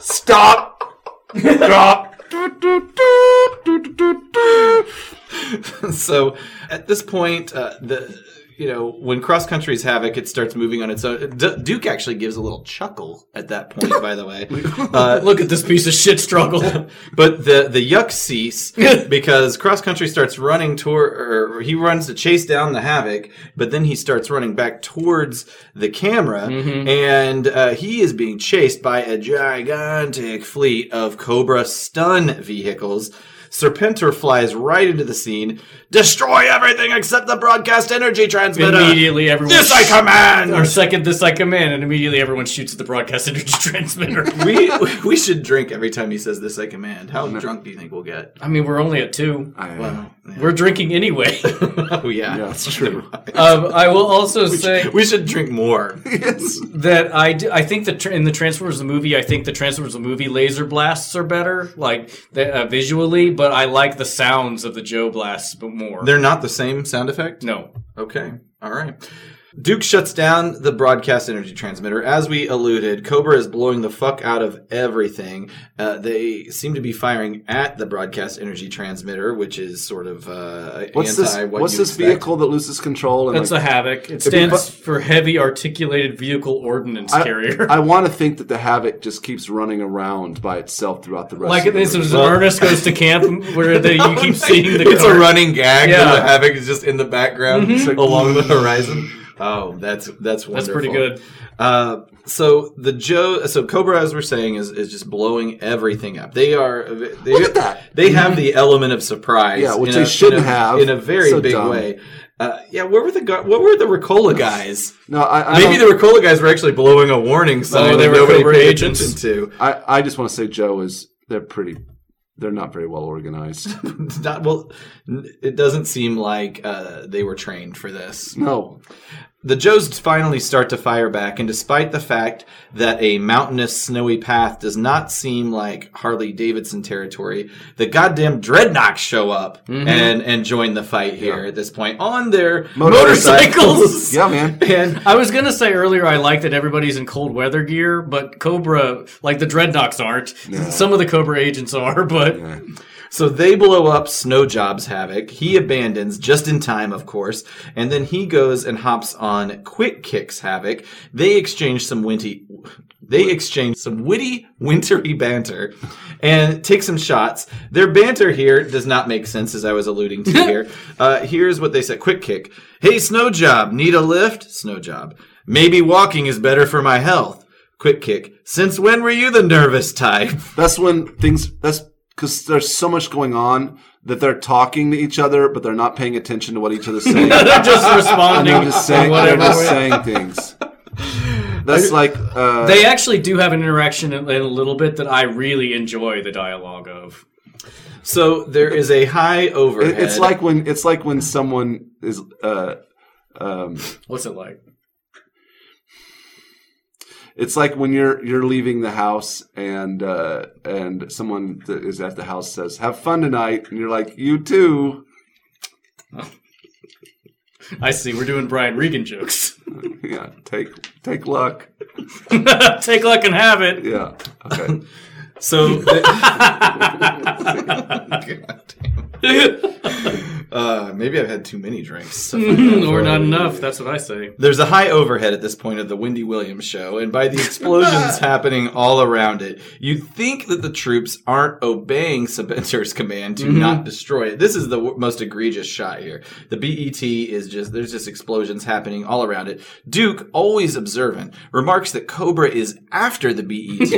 Speaker 1: Stop. Drop.
Speaker 2: so at this point, uh, the you know when cross country's havoc, it starts moving on its own. D- Duke actually gives a little chuckle at that point, by the way. Uh,
Speaker 5: Look at this piece of shit struggle.
Speaker 2: but the the yuck cease because cross country starts running toward, or he runs to chase down the havoc, but then he starts running back towards the camera,
Speaker 5: Mm-hmm.
Speaker 2: and uh, he is being chased by a gigantic fleet of Cobra stun vehicles. Serpenter flies right into the scene. Destroy everything except the broadcast energy transmitter.
Speaker 5: immediately, everyone.
Speaker 2: This I command.
Speaker 5: Or second, this I command. And immediately, everyone shoots at the broadcast energy transmitter.
Speaker 2: we we should drink every time he says this I command. How drunk do you think we'll get?
Speaker 5: I mean, we're only at two.
Speaker 1: Wow.
Speaker 5: We're drinking anyway.
Speaker 2: Oh yeah.
Speaker 1: Yeah, that's true.
Speaker 5: um, I will also say.
Speaker 2: We should drink more.
Speaker 5: that I, d- I think the tr- in the Transformers the movie I think the Transformers the movie laser blasts are better like the, uh, visually but I like the sounds of the Joe blasts but more.
Speaker 2: They're not the same sound effect?
Speaker 5: no.
Speaker 2: Okay. All right. Duke shuts down the broadcast energy transmitter. As we alluded, Cobra is blowing the fuck out of everything. Uh, they seem to be firing at the broadcast energy transmitter, which is sort of uh,
Speaker 1: What's
Speaker 2: anti
Speaker 1: this?
Speaker 2: what
Speaker 1: what's
Speaker 2: you
Speaker 1: this
Speaker 2: expect.
Speaker 1: vehicle that loses control? And
Speaker 5: That's
Speaker 1: like,
Speaker 5: a havoc. It
Speaker 1: If you
Speaker 5: stands for heavy articulated vehicle ordnance carrier.
Speaker 1: I want to think that the Havoc just keeps running around by itself throughout the rest.
Speaker 5: like
Speaker 1: of the
Speaker 5: this
Speaker 1: movie.
Speaker 5: is Ernest goes to camp where the, you keep seeing the
Speaker 2: it's a
Speaker 5: car.
Speaker 2: running gag.
Speaker 5: Yeah. Mm-hmm.
Speaker 2: Yeah. The havoc is just in the background along the horizon. Oh, that's that's wonderful.
Speaker 5: That's pretty good.
Speaker 2: Uh, so the Joe, so Cobra, as we're saying, is is just blowing everything up. They are they,
Speaker 1: Look at that.
Speaker 2: they have the element of surprise,
Speaker 1: Yeah, which
Speaker 2: in
Speaker 1: they
Speaker 2: a-
Speaker 1: shouldn't
Speaker 2: in a-
Speaker 1: have.
Speaker 2: in a very
Speaker 1: So
Speaker 2: big
Speaker 1: dumb.
Speaker 2: way. Uh, yeah, where were the gu- what were the Ricola guys?
Speaker 1: no. I, I
Speaker 2: Maybe
Speaker 1: don't-
Speaker 2: the Ricola guys were actually blowing a warning sign
Speaker 5: No, Oh, they
Speaker 2: that
Speaker 5: were
Speaker 2: nobody
Speaker 5: Cobra
Speaker 2: paid
Speaker 5: agents.
Speaker 2: attention
Speaker 1: I, I just want to say Joe is they're pretty. They're not very well organized.
Speaker 2: to. It's Not, well, n- it doesn't seem like uh, they were trained for this.
Speaker 1: no,
Speaker 2: The Joes finally start to fire back, and despite the fact that a mountainous, snowy path does not seem like Harley Davidson territory, the goddamn dreadnoughts show up and, and join the fight here at this point on their motorcycles.
Speaker 5: Motorcycles.
Speaker 1: yeah, man.
Speaker 2: And
Speaker 5: I was gonna say earlier I like that everybody's in cold weather gear, but Cobra like the dreadnoughts aren't. Some of the Cobra agents are, but
Speaker 2: so they blow up Snowjob's Havoc. He abandons just in time, of course, and then he goes and hops on Quick Kick's Havoc. They exchange some witty, they exchange some witty, wintry banter, and take some shots. Their banter here does not make sense, as I was alluding to here. Uh, here's what they said: Quick Kick, hey Snowjob, need a lift? Snowjob, maybe walking is better for my health. Quick Kick, since when were you the nervous type?
Speaker 1: That's when things. That's because there's so much going on that they're talking to each other, but they're not paying attention to what each other's saying.
Speaker 5: they're just
Speaker 1: and
Speaker 5: responding
Speaker 1: they're just
Speaker 5: to
Speaker 1: saying. They're
Speaker 5: whatever.
Speaker 1: just saying things. That's like uh,
Speaker 5: They actually do have an interaction in, in a little bit that I really enjoy the dialogue of.
Speaker 2: So there is a high overhead.
Speaker 1: it- it's like when it's like when someone is. Uh, um,
Speaker 5: What's it like?
Speaker 1: It's like when you're you're leaving the house and uh, and someone that is at the house says, "Have fun tonight," and you're like, "You too."
Speaker 5: I see. We're doing Brian Regan jokes.
Speaker 1: Yeah, take take luck.
Speaker 5: Take luck and have it.
Speaker 1: Yeah, okay.
Speaker 2: so. God damn. Uh, maybe I've had too many drinks.
Speaker 5: or not enough. That's what I say.
Speaker 2: There's a high overhead at this point of the Wendy Williams show, and by the explosions happening all around it, you'd think that the troops aren't obeying Sebenter's command to not destroy it. This is the w- most egregious shot here. The BET is just, there's just explosions happening all around it. Duke, always observant, remarks that Cobra is after the BET.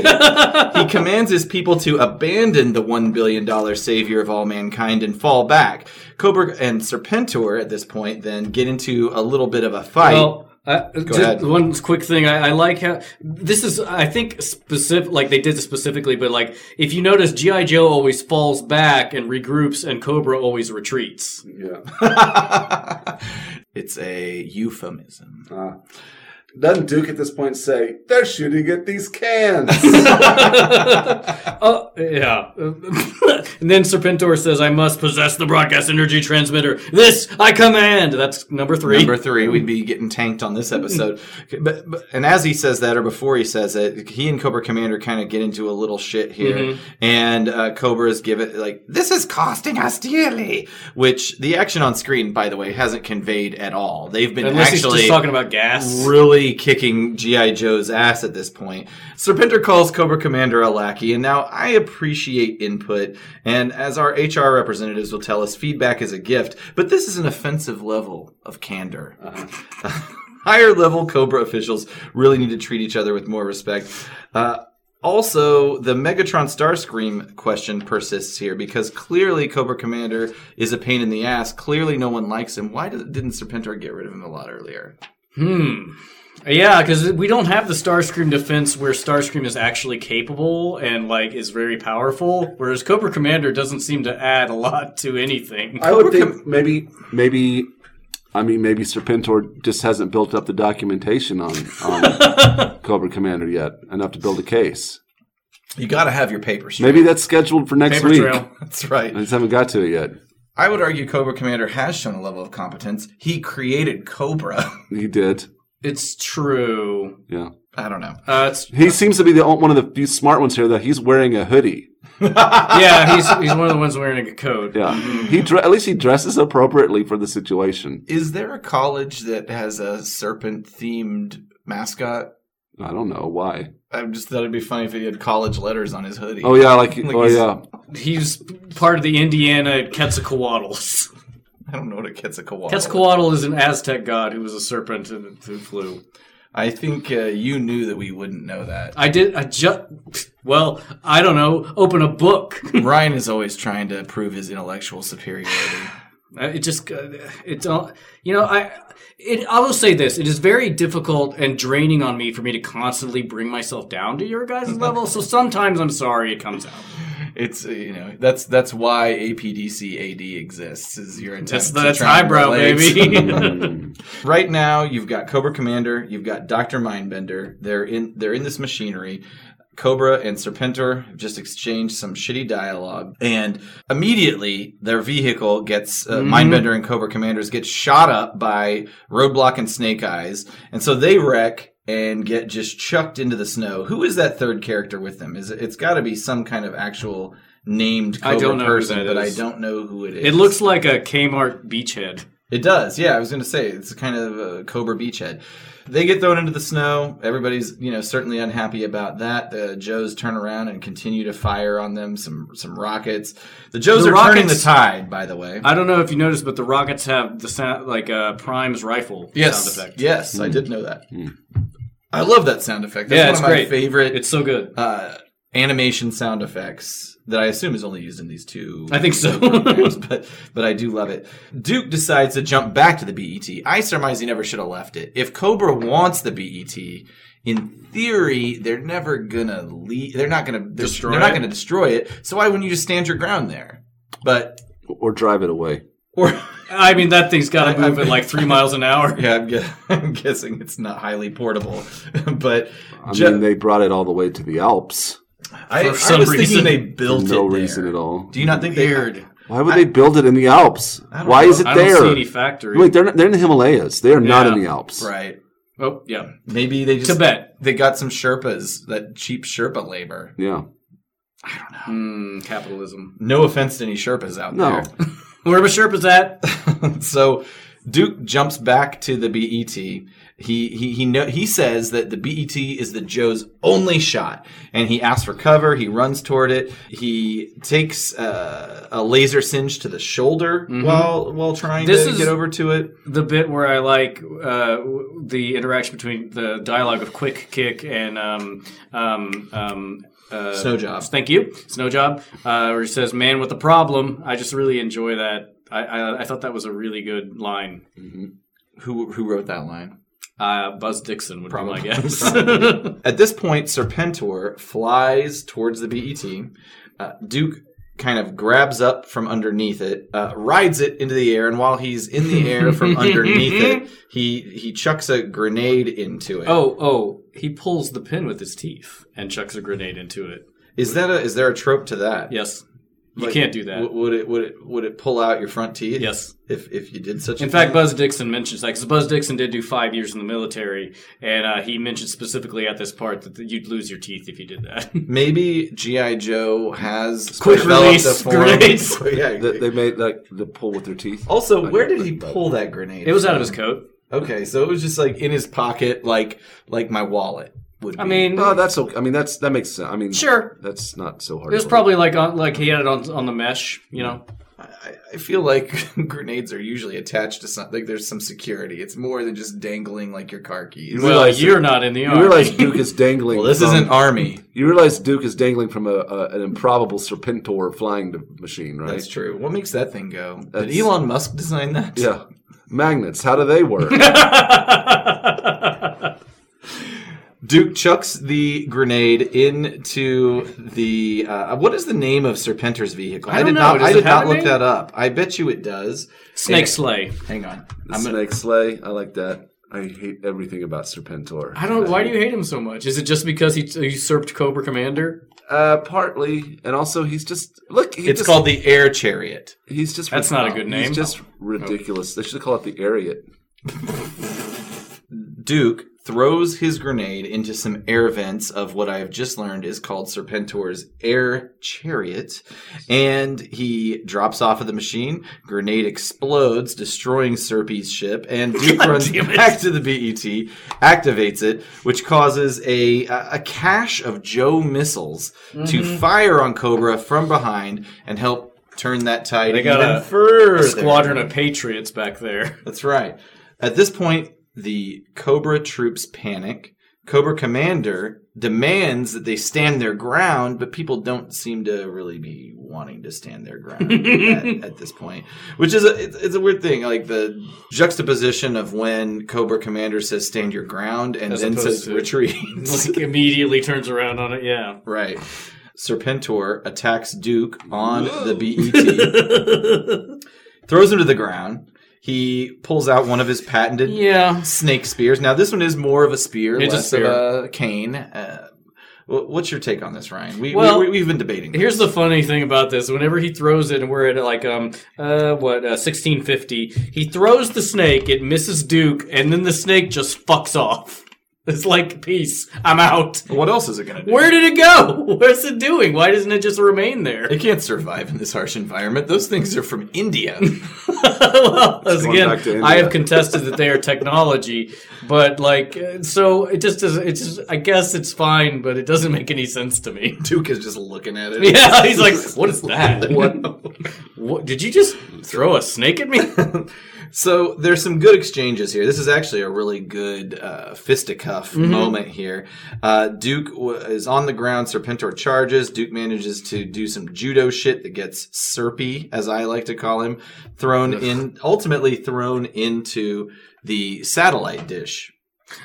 Speaker 2: he commands his people to abandon the $1 billion savior of all mankind and fall back. Cobra and Serpentor at this point then get into a little bit of a fight.
Speaker 5: Well, uh, just
Speaker 2: ahead.
Speaker 5: one quick thing. I, I like how this is. I think specific. Like they did this specifically, but like if you notice, GI Joe always falls back and regroups, and Cobra always retreats.
Speaker 1: Yeah.
Speaker 2: it's a euphemism.
Speaker 1: Doesn't Duke at this point say, they're shooting at these cans?
Speaker 5: Oh yeah. and then Serpentor says, "I must possess the broadcast energy transmitter. This I command." That's number three.
Speaker 2: Number three, we'd be getting tanked on this episode. Okay, but, but and as he says that, or before he says it, he and Cobra Commander kind of get into a little shit here,
Speaker 5: Mm-hmm.
Speaker 2: and uh, Cobra's give it like this is costing us dearly, which the action on screen, by the way, hasn't conveyed at all. They've been
Speaker 5: Unless he's
Speaker 2: actually
Speaker 5: just talking about gas.
Speaker 2: really kicking G.I. Joe's ass at this point. Serpenter calls Cobra Commander a lackey, and now I appreciate input. And as our HR representatives will tell us, feedback is a gift, but this is an offensive level of candor. Higher level Cobra officials really need to treat each other with more respect. Uh, also, the Megatron Starscream question persists here because clearly Cobra Commander is a pain in the ass. Clearly, no one likes him. Why did- didn't Serpentor get rid of him a lot earlier?
Speaker 5: Yeah, because we don't have the Starscream defense where Starscream is actually capable and like is very powerful, whereas Cobra Commander doesn't seem to add a lot to anything.
Speaker 1: I would think maybe, maybe, I mean, maybe Serpentor just hasn't built up the documentation on, on Cobra Commander yet enough to build a case.
Speaker 2: You got to have your papers. straight.
Speaker 1: Maybe that's scheduled for next
Speaker 5: Paper
Speaker 1: week.
Speaker 5: trail.
Speaker 2: That's right.
Speaker 1: I just haven't got to it yet.
Speaker 2: I would argue Cobra Commander has shown a level of competence. He created Cobra.
Speaker 1: He did.
Speaker 5: It's true.
Speaker 1: Yeah.
Speaker 2: I don't know.
Speaker 5: Uh, it's,
Speaker 1: He seems to be the o- one of the few smart ones here that he's wearing a hoodie.
Speaker 5: yeah, he's he's one of the ones wearing a coat.
Speaker 1: Yeah. He dre- at least he dresses appropriately for the situation.
Speaker 2: Is there a college that has a serpent themed mascot?
Speaker 1: I don't know why.
Speaker 2: I just thought it'd be funny if he had college letters on his hoodie.
Speaker 1: Oh yeah, like,
Speaker 2: Like
Speaker 1: oh
Speaker 2: he's-
Speaker 1: yeah.
Speaker 5: He's part of the Indiana Quetzalcoatlus.
Speaker 2: I don't know what a Quetzalcoatl.
Speaker 5: Quetzalcoatl is an Aztec god who was a serpent and who flew.
Speaker 2: I think uh, you knew that we wouldn't know that.
Speaker 5: I did. I just. Well, I don't know. Open a book.
Speaker 2: Ryan is always trying to prove his intellectual superiority.
Speaker 5: Uh, It just, uh, it's all, you know, I, it, I will say this, it is very difficult and draining on me for me to constantly bring myself down to your guys' level. So sometimes I'm sorry it comes out.
Speaker 2: It's uh, you know that's that's why APDCAD exists. Is your attempt
Speaker 5: That's,
Speaker 2: to
Speaker 5: that's
Speaker 2: try and
Speaker 5: highbrow,
Speaker 2: relate.
Speaker 5: baby.
Speaker 2: Right now, you've got Cobra Commander, you've got Doctor Mindbender. They're in they're in this machinery. Cobra and Serpentor have just exchanged some shitty dialogue, and immediately their vehicle gets uh,
Speaker 5: Mm-hmm.
Speaker 2: Mindbender and Cobra Commanders get shot up by Roadblock and Snake Eyes, and so they wreck and get just chucked into the snow. Who is that third character with them? Is it, it's got to be some kind of actual named
Speaker 5: I
Speaker 2: Cobra
Speaker 5: don't know who
Speaker 2: person,
Speaker 5: that
Speaker 2: but
Speaker 5: is.
Speaker 2: I don't know who it is.
Speaker 5: it looks like a Kmart beachhead.
Speaker 2: It does, yeah. I was going to say it's kind of a Cobra beachhead. They get thrown into the snow. Everybody's, you know, certainly unhappy about that. The Joes turn around and continue to fire on them some some rockets. The Joes
Speaker 5: The
Speaker 2: are turning the
Speaker 5: rockets-
Speaker 2: tide, by the way.
Speaker 5: I don't know if you noticed, but the rockets have the sound, like uh, Prime's rifle
Speaker 2: yes,
Speaker 5: sound effect.
Speaker 2: yes, I did know that. I love that sound effect. That's
Speaker 5: Hmm. Yeah,
Speaker 2: one
Speaker 5: it's
Speaker 2: of my
Speaker 5: great.
Speaker 2: favorite
Speaker 5: It's so good.
Speaker 2: uh, animation sound effects that I assume is only used in these two.
Speaker 5: I think so.
Speaker 2: programs, but but I do love it. Duke decides to jump back to the BET. I surmise he never should have left it. If Cobra wants the BET, in theory, they're never gonna leave. They're not gonna they're,
Speaker 5: Destroy
Speaker 2: They're not
Speaker 5: it?
Speaker 2: gonna destroy it. So why wouldn't you just stand your ground there? But
Speaker 1: Or drive it away.
Speaker 2: or
Speaker 5: I mean, that thing's got to
Speaker 2: I-
Speaker 5: move at like three miles an hour.
Speaker 2: yeah, I'm, gu- I'm guessing it's not highly portable. but
Speaker 1: I
Speaker 2: Ju-
Speaker 1: mean, they brought it all the way to the Alps.
Speaker 2: I,
Speaker 5: For
Speaker 2: I
Speaker 5: some
Speaker 2: was
Speaker 5: reason-
Speaker 2: thinking they built
Speaker 1: no
Speaker 2: it there.
Speaker 1: reason at all.
Speaker 2: Do you not think they-
Speaker 5: Weird.
Speaker 1: Why would they build it in the Alps?
Speaker 2: I don't
Speaker 1: Why
Speaker 2: know.
Speaker 1: is it
Speaker 5: I don't
Speaker 1: there?
Speaker 5: see any factory.
Speaker 1: Wait, they're not, they're in the Himalayas. They are not
Speaker 5: Yeah,
Speaker 1: in the Alps.
Speaker 2: Right.
Speaker 5: Oh, yeah.
Speaker 2: Maybe they just
Speaker 5: Tibet.
Speaker 2: They got some Sherpas, that cheap Sherpa labor.
Speaker 1: Yeah.
Speaker 5: Mm, capitalism.
Speaker 2: No offense to any Sherpas out
Speaker 1: No.
Speaker 2: there.
Speaker 5: Where Bishop is at?
Speaker 2: so Duke jumps back to the BET. He he he know, he says that the BET is the Joe's only shot, and he asks for cover. He runs toward it. He takes uh, a laser singe to the shoulder while while trying
Speaker 5: Mm-hmm. This
Speaker 2: to
Speaker 5: is-
Speaker 2: get over to it.
Speaker 5: The bit where I like uh, w- the interaction between the dialogue of Quick Kick and um, um, um, uh,
Speaker 2: Snow job.
Speaker 5: Thank you, Snow Job, uh, where he says, "Man with the problem." I just really enjoy that. I, I, I thought that was a really good line.
Speaker 2: Who who wrote that line?
Speaker 5: Uh, Buzz Dixon would
Speaker 2: Probably.
Speaker 5: be my guess.
Speaker 2: At this point, Serpentor flies towards the BET. Uh, Duke kind of grabs up from underneath it, uh, rides it into the air, and while he's in the air from underneath it, he he chucks a grenade into it.
Speaker 5: Oh, oh, he pulls the pin with his teeth and chucks a grenade into it.
Speaker 2: is that a is there a trope to that?
Speaker 5: Yes. You
Speaker 2: Like,
Speaker 5: can't do that.
Speaker 2: w- would it would it would it pull out your front teeth?
Speaker 5: Yes.
Speaker 2: If if you did such a
Speaker 5: in fact,
Speaker 2: thing?
Speaker 5: Buzz Dixon mentions that because Buzz Dixon did do five years in the military, and uh, he mentioned specifically at this part that you'd lose your teeth if you did that.
Speaker 2: maybe GI Joe has
Speaker 5: Quick
Speaker 2: developed
Speaker 5: release
Speaker 2: a form-
Speaker 5: grenades.
Speaker 2: yeah.
Speaker 1: That they made like the pull with their teeth.
Speaker 2: also, where did he pull that grenade?
Speaker 5: it was out of his coat.
Speaker 2: Okay, so it was just like in his pocket, like like my wallet would. Be.
Speaker 5: I mean,
Speaker 1: Oh, that's okay. I mean, that's that makes sense. I mean,
Speaker 5: Sure.
Speaker 1: that's not so hard.
Speaker 5: it was
Speaker 1: to-
Speaker 5: probably like on, like he had it on on the mesh, you know.
Speaker 2: I, I feel like grenades are usually attached to something. Like there's some security. It's more than just dangling like your car keys.
Speaker 1: You
Speaker 5: Well,
Speaker 1: realize-
Speaker 5: you're not in the
Speaker 1: You
Speaker 5: army.
Speaker 1: realize Duke is dangling.
Speaker 2: Well, this um,
Speaker 1: from-
Speaker 2: isn't army.
Speaker 1: You realize Duke is dangling from a, a an improbable serpentor flying d- machine, right?
Speaker 2: That's true. What makes that thing go? Did
Speaker 1: That's-
Speaker 2: Elon Musk design that?
Speaker 1: Yeah. Magnets. How do they work?
Speaker 2: Duke chucks the grenade into the. Uh, what is the name of Serpentor's vehicle? I,
Speaker 5: don't
Speaker 2: did
Speaker 5: know.
Speaker 2: not.
Speaker 5: Does
Speaker 2: I
Speaker 5: it
Speaker 2: did
Speaker 5: have
Speaker 2: not
Speaker 5: a
Speaker 2: look
Speaker 5: name?
Speaker 2: that up. I bet you it does.
Speaker 5: Snake
Speaker 2: It-
Speaker 5: Slay.
Speaker 2: Hang on.
Speaker 1: The snake sleigh. I like that. I hate everything about Serpentor.
Speaker 5: I don't. Why do you hate him so much? Is it just because he he usurped Cobra Commander?
Speaker 1: Uh, partly, and also he's just look. He
Speaker 2: It's
Speaker 1: just,
Speaker 2: called the Air Chariot.
Speaker 1: He's just.
Speaker 5: That's not a good name. Oh.
Speaker 1: He's just ridiculous. They should call it the Ariat.
Speaker 2: Duke throws his grenade into some air vents of what I have just learned is called Serpentor's air chariot, and he drops off of the machine. Grenade explodes, destroying Serpy's ship, and Duke runs back to the BET, activates it, which causes a a cache of Joe missiles to fire on Cobra from behind and help turn that tide
Speaker 5: They got
Speaker 2: even
Speaker 5: a
Speaker 2: further.
Speaker 5: Squadron of Patriots back there.
Speaker 2: That's right. At this point, the Cobra troops panic. Cobra commander demands that they stand their ground, but people don't seem to really be wanting to stand their ground at, at this point, which is a it's, it's a weird thing. Like the juxtaposition of when Cobra commander says "stand your ground" and
Speaker 5: As
Speaker 2: then says
Speaker 5: opposed to-
Speaker 2: "retreat."
Speaker 5: like immediately turns around on it. Yeah.
Speaker 2: Right. Serpentor attacks Duke on the BET, throws him to the ground. He pulls out one of his patented
Speaker 5: Yeah.
Speaker 2: snake spears. Now, this one is more of a spear,
Speaker 5: It's a
Speaker 2: less of a cane. Uh, wh- what's your take on this, Ryan? We,
Speaker 5: Well,
Speaker 2: we, have been debating.
Speaker 5: Here's the funny thing about this. Whenever he throws it, and we're at like um uh what uh, 1650, he throws the snake. It misses Duke, and then the snake just fucks off. It's like peace. I'm out.
Speaker 2: what else is it going to do?
Speaker 5: Where did it go? What's it doing? Why doesn't it just remain there?
Speaker 2: It can't survive in this harsh environment. Those things are from India.
Speaker 5: well, as
Speaker 1: going back to
Speaker 5: again,
Speaker 1: India.
Speaker 5: I have contested that they are technology, but like, uh, so it just doesn't. It's just, I guess it's fine, but it doesn't make any sense to me.
Speaker 2: Duke is just looking at it.
Speaker 5: Yeah, he's like, what is that? What? what? Did you just throw a snake at me?
Speaker 2: So there's some good exchanges here. This is actually a really good uh, fisticuff moment here. Uh, Duke w- is on the ground. Serpentor charges. Duke manages to do some judo shit that gets Serpy, as I like to call him, thrown in, ultimately thrown into the satellite dish.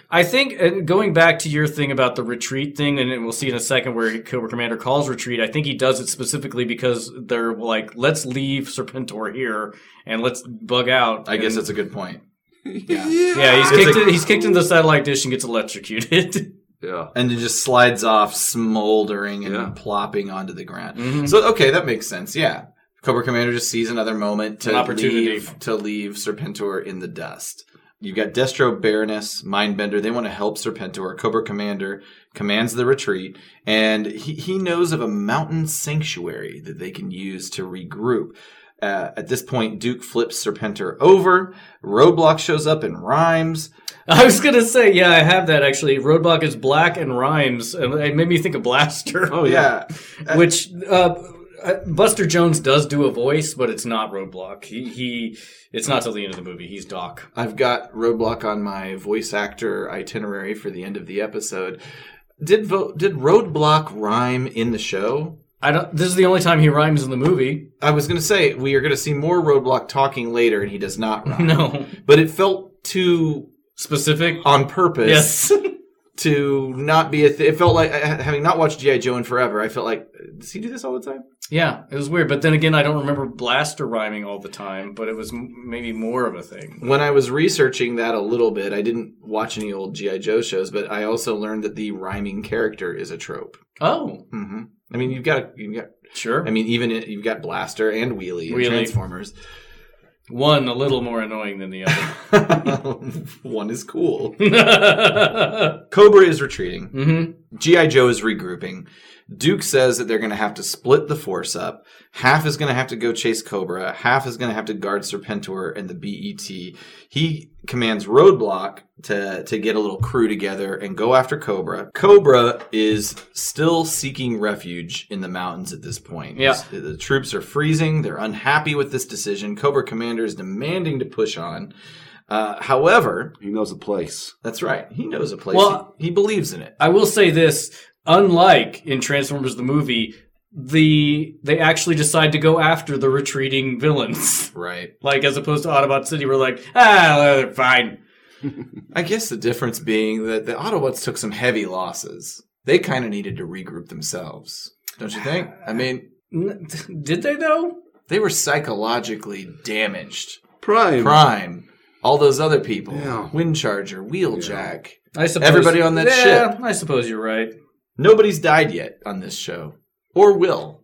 Speaker 5: I think uh, going back to your thing about the retreat thing, and we'll see in a second where Cobra Commander calls retreat. I think he does it specifically because they're like, let's leave Serpentor here and let's bug out.
Speaker 2: I guess
Speaker 5: And-
Speaker 2: that's a good point.
Speaker 5: yeah. He's
Speaker 2: It's
Speaker 5: kicked.
Speaker 2: a-
Speaker 5: in, he's kicked into the satellite dish and gets electrocuted.
Speaker 1: Yeah.
Speaker 2: And it just slides off, smoldering and
Speaker 1: Yeah.
Speaker 2: plopping onto the ground.
Speaker 5: Mm-hmm.
Speaker 2: So okay, that makes sense. Yeah, Cobra Commander just sees another moment to
Speaker 5: An opportunity.
Speaker 2: leave, to leave Serpentor in the dust. You've got Destro, Baroness, Mindbender. They want to help Serpentor. Cobra Commander commands the retreat, and he, he knows of a mountain sanctuary that they can use to regroup. Uh, at this point, Duke flips Serpenter over. Roadblock shows up and rhymes.
Speaker 5: I was gonna say, yeah, I have that actually. Roadblock is black and rhymes, and it made me think of Blaster. Oh which uh, Buster Jones does do a voice, but it's not Roadblock. He, he it's not till the end of the movie. He's Doc.
Speaker 2: I've got Roadblock on my voice actor itinerary for the end of the episode. Did vo- did Roadblock rhyme in the show?
Speaker 5: I don't. This is the only time he rhymes in the movie.
Speaker 2: I was going to say we are going to see more Roadblock talking later, and he does not rhyme.
Speaker 5: No
Speaker 2: but it felt too
Speaker 5: specific.
Speaker 2: on purpose.
Speaker 5: Yes.
Speaker 2: to not be a. Th- it felt like ha- having not watched GI Joe in forever. I felt like does he do this all the time?
Speaker 5: yeah, it was weird. But then again, I don't remember Blaster rhyming all the time. But it was m- maybe more of a thing.
Speaker 2: When I was researching that a little bit, I didn't watch any old GI Joe shows, but I also learned that the rhyming character is a trope.
Speaker 5: Oh,
Speaker 2: hmm I mean, you've got you have
Speaker 5: sure.
Speaker 2: got. I mean, even it, you've got Blaster and Wheelie, and
Speaker 5: Wheelie.
Speaker 2: Transformers.
Speaker 5: One a little more annoying than the
Speaker 2: One is cool.
Speaker 5: other.
Speaker 2: Cobra is retreating.
Speaker 5: hmm
Speaker 2: G.I. Joe is regrouping. Duke says that they're going to have to split the force up. Half is going to have to go chase Cobra. Half is going to have to guard Serpentor and the BET. He commands Roadblock to, to get a little crew together and go after Cobra. Cobra is still seeking refuge in the mountains at this point.
Speaker 5: Yeah.
Speaker 2: The, the troops are freezing. They're unhappy with this decision. Cobra Commander is demanding to push on. Uh, however,
Speaker 1: He knows a place.
Speaker 2: that's right. He knows a place.
Speaker 5: Well-
Speaker 2: he, he believes in it.
Speaker 5: I will say this: unlike in Transformers the movie, the they actually decide to go after the retreating villains,
Speaker 2: Right.
Speaker 5: like as opposed to Autobot City, we're like, ah, they're fine.
Speaker 2: I guess the difference being that the Autobots took some heavy losses. They kind of needed to regroup themselves, don't you think? I mean,
Speaker 5: N- Did they though?
Speaker 2: they were psychologically damaged.
Speaker 1: Prime.
Speaker 2: Prime, all those other people,
Speaker 1: Yeah.
Speaker 2: Windcharger, Wheeljack.
Speaker 5: I suppose
Speaker 2: Everybody on that
Speaker 5: yeah,
Speaker 2: ship.
Speaker 5: I suppose you're right.
Speaker 2: Nobody's died yet on this show, or will.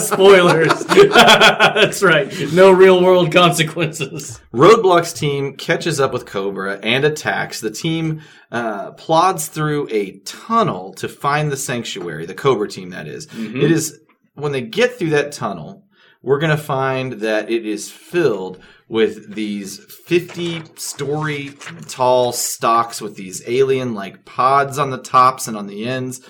Speaker 5: Spoilers. That's right. No real world consequences.
Speaker 2: Roadblock's team catches up with Cobra and attacks. The team uh, plods through a tunnel to find the sanctuary, the Cobra team, that is. It is when they get through that tunnel, we're going to find that it is filled with these 50 story tall stocks with these alien like pods on the tops and on the ends.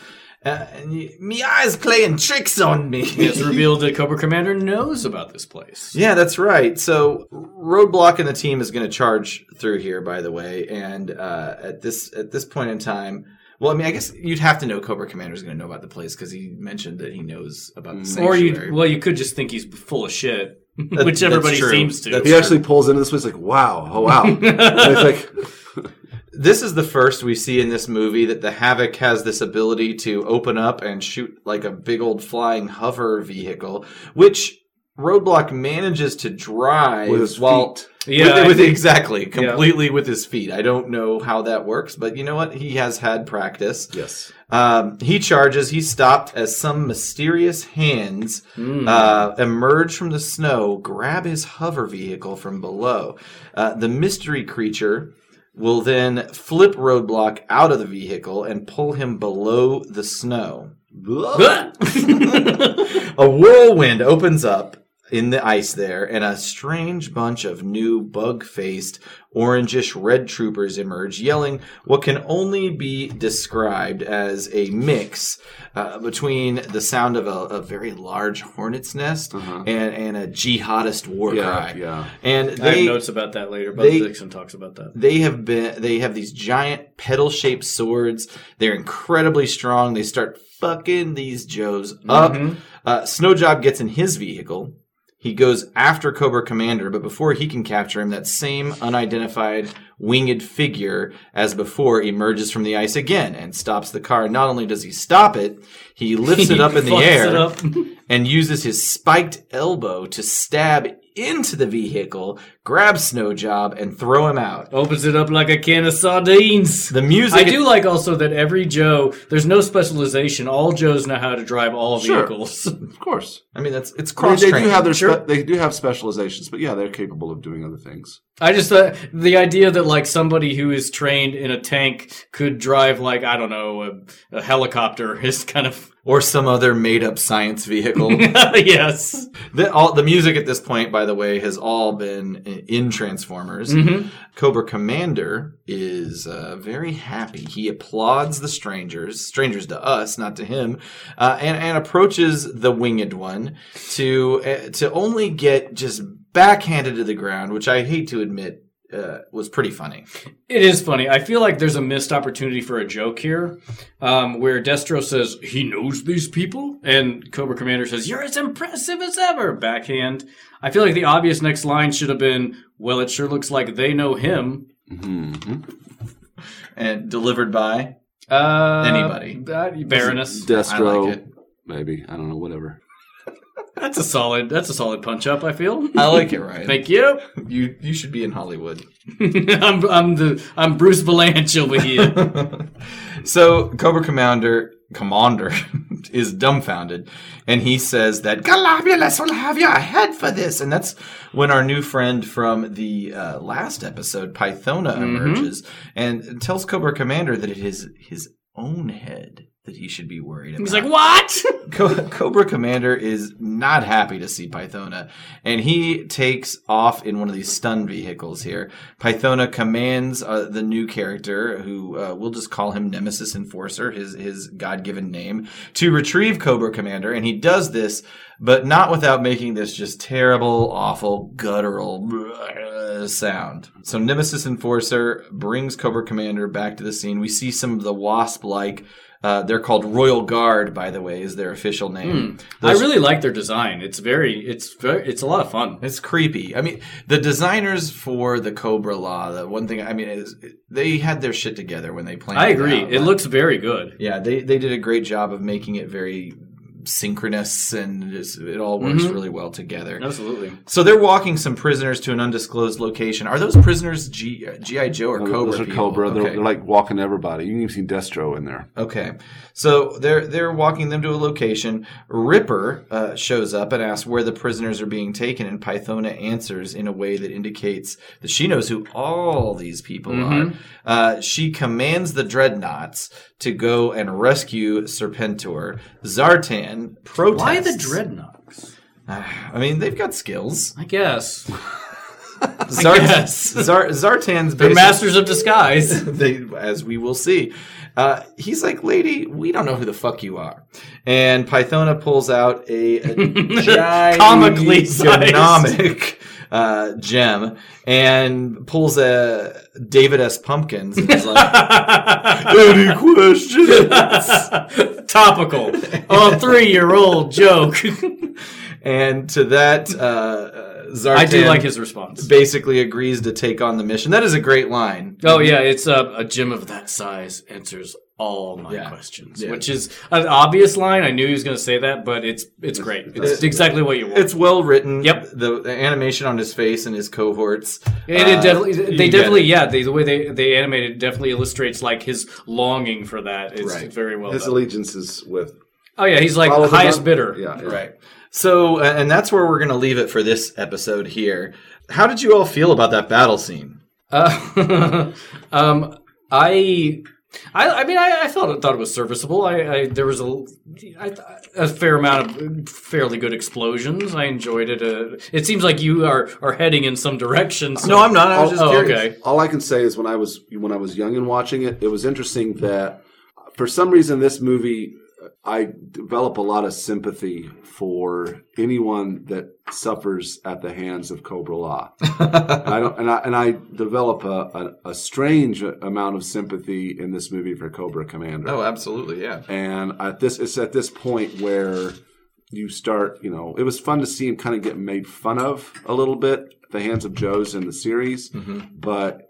Speaker 2: Uh, and you, me eyes playing tricks on me.
Speaker 5: It's revealed that Cobra Commander knows about this place.
Speaker 2: Yeah, that's right. So Roadblock and the team is going to charge through here, by the way. And uh, at this at this point in time, well, I mean, I guess you'd have to know Cobra Commander is going to know about the place because he mentioned that he knows about the
Speaker 1: Mm.
Speaker 5: Or
Speaker 2: sanctuary.
Speaker 5: you, well, you could just think he's full of shit, which
Speaker 2: that's
Speaker 5: everybody
Speaker 2: true.
Speaker 5: seems to.
Speaker 2: That's-
Speaker 1: He actually pulls into this place like, wow, oh wow. and it's like,
Speaker 2: this is the first we see in this movie that the Havoc has this ability to open up and shoot like a big old flying hover vehicle, which Roadblock manages to drive
Speaker 1: With his
Speaker 2: while
Speaker 1: feet.
Speaker 5: Yeah,
Speaker 2: with,
Speaker 5: I
Speaker 2: with-
Speaker 5: think-
Speaker 2: exactly, completely with his feet. I don't know how that works, but you know what? He has had practice.
Speaker 1: yes.
Speaker 2: Um, he charges. He's stopped as some mysterious hands
Speaker 5: Hmm.
Speaker 2: uh, emerge from the snow, grab his hover vehicle from below. Uh, the mystery creature will then flip Roadblock out of the vehicle and pull him below the snow. A whirlwind opens up in the ice there, and a strange bunch of new bug faced, orangish red troopers emerge, yelling what can only be described as a mix uh, between the sound of a, a very large hornet's nest and, and a jihadist war
Speaker 1: Uh-huh. Yeah,
Speaker 2: cry.
Speaker 1: yeah.
Speaker 2: And
Speaker 5: I have
Speaker 2: they,
Speaker 5: notes about that later. Buzz
Speaker 2: they-
Speaker 5: Dixon talks about that.
Speaker 2: they have been they have these giant petal shaped swords they're incredibly strong they start fucking these joes up
Speaker 5: Mm-hmm.
Speaker 2: uh, snowjob gets in his vehicle he goes after cobra commander but before he can capture him that same unidentified winged figure as before emerges from the ice again and stops the car not only does he stop it he lifts it up in the
Speaker 5: Fucks it
Speaker 2: air
Speaker 5: up.
Speaker 2: and uses his spiked elbow to stab into the vehicle grab snowjob and throw him out
Speaker 5: Opens it up like a can of sardines.
Speaker 2: the music.
Speaker 5: I do like also that every Joe, there's no specialization. All Joes know how to drive all
Speaker 1: Sure.
Speaker 5: vehicles.
Speaker 1: Of course.
Speaker 2: I mean, that's it's
Speaker 1: I mean,
Speaker 2: cross
Speaker 1: they do
Speaker 2: training.
Speaker 1: have their spe-
Speaker 5: Sure.
Speaker 1: they do have specializations, but yeah, they're capable of doing other things.
Speaker 5: I just thought the idea that like somebody who is trained in a tank could drive like I don't know a, a helicopter is kind of
Speaker 2: or some other made up science vehicle.
Speaker 5: yes.
Speaker 2: the, all, the music at this point, by the way, has all been i- in Transformers.
Speaker 1: Mm-hmm.
Speaker 2: Cobra Commander is uh, very happy. He applauds the strangers, strangers to us, not to him, uh, and, and approaches the winged one to uh, to only get just backhanded to the ground, which I hate to admit uh, was pretty funny.
Speaker 5: It is funny. I feel like there's a missed opportunity for a joke here, um, where Destro says he knows these people, and Cobra Commander says you're as impressive as ever. Backhand. I feel like the obvious next line should have been, "Well, it sure looks like they know him."
Speaker 2: And delivered by
Speaker 5: Uh,
Speaker 2: Anybody.
Speaker 5: that- Baroness.
Speaker 2: I
Speaker 1: Destro,
Speaker 2: like it.
Speaker 1: maybe I don't know, whatever.
Speaker 5: That's a solid. That's a solid punch up. I feel.
Speaker 2: I like it, right?
Speaker 5: Thank you.
Speaker 2: you. You should be in Hollywood.
Speaker 5: I'm I'm the I'm Bruce Valanche over here.
Speaker 2: So Cobra Commander Commander is dumbfounded, and he says that Galabulus will have your head for this, and that's when our new friend from the uh, last episode, Pythona,
Speaker 5: Mm-hmm.
Speaker 2: emerges and tells Cobra Commander that it is his own head that he should be worried about.
Speaker 5: He's like, what?
Speaker 2: Co- Cobra Commander is not happy to see Pythona, and he takes off in one of these stun vehicles here. Pythona commands uh, the new character, who uh, we'll just call him Nemesis Enforcer, his his god given name, to retrieve Cobra Commander, and he does this, but not without making this just terrible, awful, guttural uh, sound. So Nemesis Enforcer brings Cobra Commander back to the scene. We see some of the wasp like. Uh, they're called Royal Guard, by the way, is their official name.
Speaker 5: I really like their design. It's very. It's very. It's a lot of fun.
Speaker 2: It's creepy. I mean, the designers for the Cobra Law, the one thing I mean is they had their shit together when they planned.
Speaker 5: I agree.
Speaker 2: It, out.
Speaker 5: It looks very good.
Speaker 2: yeah, they they did a great job of making it very synchronous and just, it all works
Speaker 5: Mm-hmm.
Speaker 2: really well together.
Speaker 5: Absolutely.
Speaker 2: So they're walking some prisoners to an undisclosed location. Are those prisoners G, uh, GI Joe or Cobra?
Speaker 1: Those are
Speaker 2: people?
Speaker 1: Cobra. They're,
Speaker 2: Okay.
Speaker 1: they're like walking everybody. You can even see Destro in there.
Speaker 2: Okay, so they're they're walking them to a location. Ripper uh, shows up and asks where the prisoners are being taken, and Pythona answers in a way that indicates that she knows who all these people
Speaker 5: Mm-hmm.
Speaker 2: are. Uh, she commands the dreadnoughts to go and rescue Serpentor. Zartan protests.
Speaker 5: Why the dreadnoughts?
Speaker 2: I mean, they've got skills.
Speaker 5: I guess
Speaker 2: Zart-
Speaker 5: guess.
Speaker 2: Zar- Zartan's
Speaker 5: they're
Speaker 2: basic-
Speaker 5: masters of disguise.
Speaker 2: they, as we will see. Uh, he's like, lady, we don't know who the fuck you are. And Pythona pulls out a, a
Speaker 5: Comically sized.
Speaker 2: gigantic, uh, gem and pulls a David S. Pumpkins and is like,
Speaker 1: Any questions?
Speaker 5: Topical. Oh, three-year-old joke.
Speaker 2: and to that, uh, uh, Zartan
Speaker 5: I do like his response.
Speaker 2: basically agrees to take on the mission. That is a great line.
Speaker 5: Oh yeah, it's a, a gym of that size answers all my
Speaker 2: Yeah.
Speaker 5: questions,
Speaker 2: Yeah.
Speaker 5: which is an obvious line. I knew he was going to say that, but it's it's great. It's exactly what you want.
Speaker 2: It's well written.
Speaker 5: Yep.
Speaker 2: The, the animation on his face and his cohorts.
Speaker 5: And it
Speaker 2: uh,
Speaker 5: definitely,
Speaker 2: you
Speaker 5: they
Speaker 2: get
Speaker 5: definitely,
Speaker 2: it.
Speaker 5: yeah, they, the way they they animate it definitely illustrates like his longing for that. It's
Speaker 2: Right.
Speaker 5: very well
Speaker 1: His
Speaker 5: done.
Speaker 1: allegiance is with
Speaker 5: oh yeah, he's like
Speaker 1: Follow
Speaker 5: the
Speaker 1: the
Speaker 5: highest
Speaker 1: money.
Speaker 5: bidder.
Speaker 1: yeah, yeah.
Speaker 2: Right. So, uh, and that's where we're going to leave it for this episode here. How did you all feel about that battle scene?
Speaker 5: Uh, um, I. I, I mean, I, I felt thought it was serviceable. I, I there was a, I, th- a fair amount of fairly good explosions. I enjoyed it. Uh, it seems like you are, are heading in some direction. So.
Speaker 2: No, I'm not. I was
Speaker 1: Oh,
Speaker 2: just
Speaker 5: oh,
Speaker 2: curious.
Speaker 5: okay.
Speaker 1: All I can say is when I was when I was young and watching it, it was interesting that for some reason this movie I develop a lot of sympathy for anyone that suffers at the hands of Cobra Law. I don't, and I and I develop a, a, a strange amount of sympathy in this movie for Cobra Commander.
Speaker 2: Oh, absolutely. Yeah.
Speaker 1: And at this, it's at this point where you start. You know, it was fun to see him kind of get made fun of a little bit at the hands of Joe's in the series, but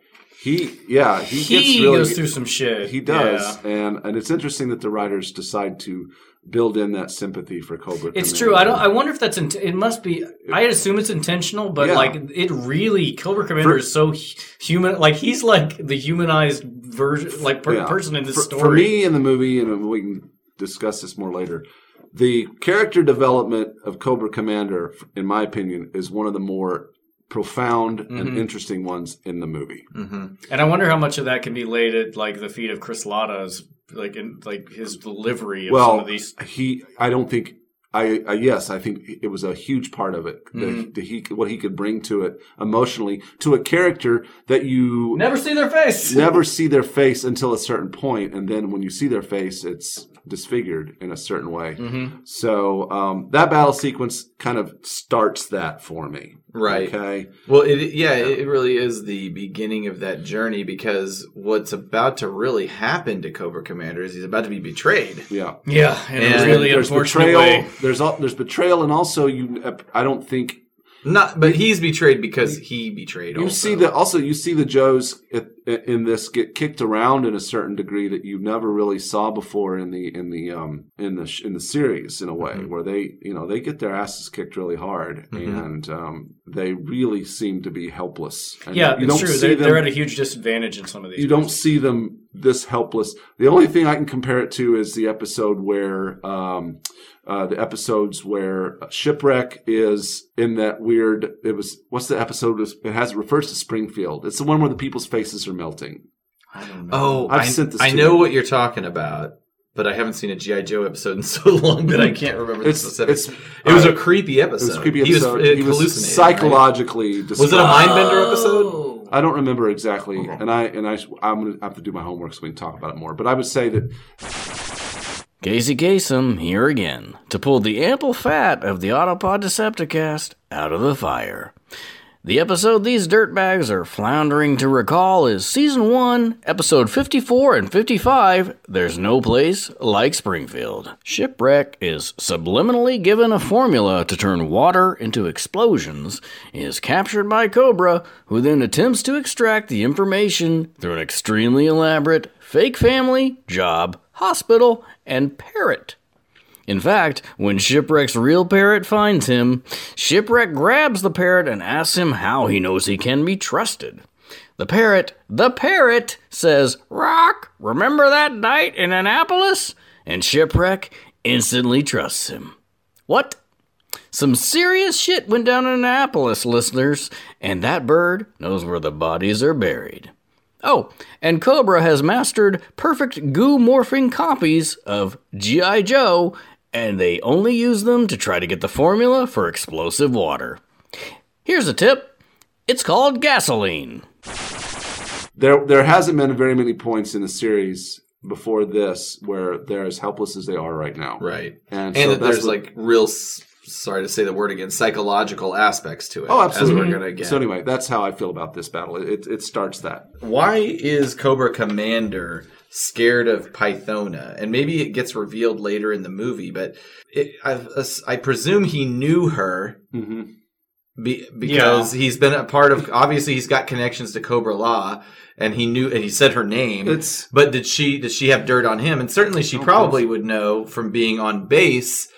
Speaker 1: he, yeah, he,
Speaker 5: Mm-hmm. He
Speaker 1: gets really,
Speaker 5: goes through some shit.
Speaker 1: He does, and and it's interesting that the writers decide to build in that sympathy for Cobra.
Speaker 5: It's
Speaker 1: Commander.
Speaker 5: true. I don't. I wonder if that's. In, it must be. I assume it's intentional, but
Speaker 1: Yeah.
Speaker 5: like it really, Cobra Commander is so hu- human. Like he's like the humanized version, like per,
Speaker 1: Yeah.
Speaker 5: person in this
Speaker 1: for,
Speaker 5: story.
Speaker 1: For me, in the movie, and we can discuss this more later, the character development of Cobra Commander, in my opinion, is one of the more profound
Speaker 5: Mm-hmm.
Speaker 1: and interesting ones in the movie.
Speaker 5: and I wonder how much of that can be laid at like the feet of Chris Latta's like in like his delivery of some
Speaker 1: well,
Speaker 5: of these.
Speaker 1: he. I don't think. I, I yes, I think it was a huge part of it.
Speaker 5: Mm-hmm.
Speaker 1: The, the he what he could bring to it emotionally to a character that you
Speaker 5: Never see their face.
Speaker 1: never see their face until a certain point, and then when you see their face, it's disfigured in a certain way.
Speaker 5: Mm-hmm.
Speaker 1: So um, that battle sequence kind of starts that for me.
Speaker 2: Right.
Speaker 1: Okay.
Speaker 2: Well, it yeah, it it really is the beginning of that journey because what's about to really happen to Cobra Commander is he's about to be betrayed.
Speaker 1: Yeah.
Speaker 5: Yeah, in
Speaker 2: And
Speaker 5: a really
Speaker 1: there's
Speaker 5: unfortunate
Speaker 1: betrayal.
Speaker 5: way.
Speaker 1: There's al- there's betrayal, and also you. I don't think
Speaker 2: Not, but he's betrayed because he betrayed.
Speaker 1: you
Speaker 2: also.
Speaker 1: see the also you see the Joes at, in this get kicked around in a certain degree that you never really saw before in the in the um in the sh- in the series in a way
Speaker 5: Mm-hmm.
Speaker 1: where they you know they get their asses kicked really hard
Speaker 2: Mhm.
Speaker 1: and um, they really seem to be helpless. And
Speaker 5: Yeah,
Speaker 1: you
Speaker 5: it's
Speaker 1: don't
Speaker 5: true.
Speaker 1: see
Speaker 5: They're,
Speaker 1: them-
Speaker 5: they're at a huge disadvantage in some of these.
Speaker 1: you don't see them this helpless. The only thing I can compare it to is the episode where um, uh, the episodes where uh, shipwreck is in that weird. It was what's the episode? It has it refers to Springfield. It's the one where the people's faces are melting.
Speaker 5: I don't know.
Speaker 2: Oh,
Speaker 1: I've
Speaker 2: I,
Speaker 1: sent this
Speaker 2: I
Speaker 1: to
Speaker 2: know
Speaker 1: you.
Speaker 2: what you're talking about, but I haven't seen a GI Joe episode in so long that I can't remember
Speaker 1: It's
Speaker 2: the
Speaker 1: it's
Speaker 2: specifics. it was
Speaker 1: uh,
Speaker 2: a creepy
Speaker 1: it
Speaker 2: episode.
Speaker 1: was a creepy
Speaker 2: He was,
Speaker 1: episode.
Speaker 2: uh,
Speaker 1: He was,
Speaker 2: hallucinating, right?
Speaker 1: psychologically.
Speaker 2: Was it a
Speaker 1: distraught.
Speaker 2: Mindbender episode?
Speaker 1: I don't remember exactly, and I and I I'm gonna have to do my homework so we can talk about it more. But I would say that
Speaker 3: Casey Kasem here again to pull the ample fat of the Autopod Decepticast out of the fire. The episode these dirtbags are floundering to recall is Season 1, Episode 54 and 55 There's No Place Like Springfield. Shipwreck is subliminally given a formula to turn water into explosions, is captured by Cobra, who then attempts to extract the information through an extremely elaborate fake family, job, hospital, and parrot. In fact, when Shipwreck's real parrot finds him, Shipwreck grabs the parrot and asks him how he knows he can be trusted. The parrot, the parrot, says, Rock, remember that night in Annapolis? And Shipwreck instantly trusts him. What? Some serious shit went down in Annapolis, listeners, and that bird knows where the bodies are buried. Oh, and Cobra has mastered perfect goo morphing copies of G.I. Joe, and they only use them to try to get the formula for explosive water. Here's a tip it's called gasoline.
Speaker 1: there there hasn't been very many points in the series before this where they're as helpless as they are right now.
Speaker 2: Right.
Speaker 1: And
Speaker 2: And,
Speaker 1: so
Speaker 2: that
Speaker 1: that's
Speaker 2: there's
Speaker 1: what-
Speaker 2: like real, s- sorry to say the word again, psychological aspects to it.
Speaker 1: Oh, absolutely.
Speaker 2: As we're gonna get.
Speaker 1: So anyway, that's how I feel about this battle. It it, it starts that.
Speaker 2: Why is Cobra Commander scared of Pythona? And maybe it gets revealed later in the movie, but it, I, I presume he knew her
Speaker 1: hmm
Speaker 2: Be, because he's been a part of obviously he's got connections to Cobra Law and he knew and he said her name.
Speaker 1: It's-
Speaker 2: but did she did she have dirt on him? And certainly she probably would know from being on base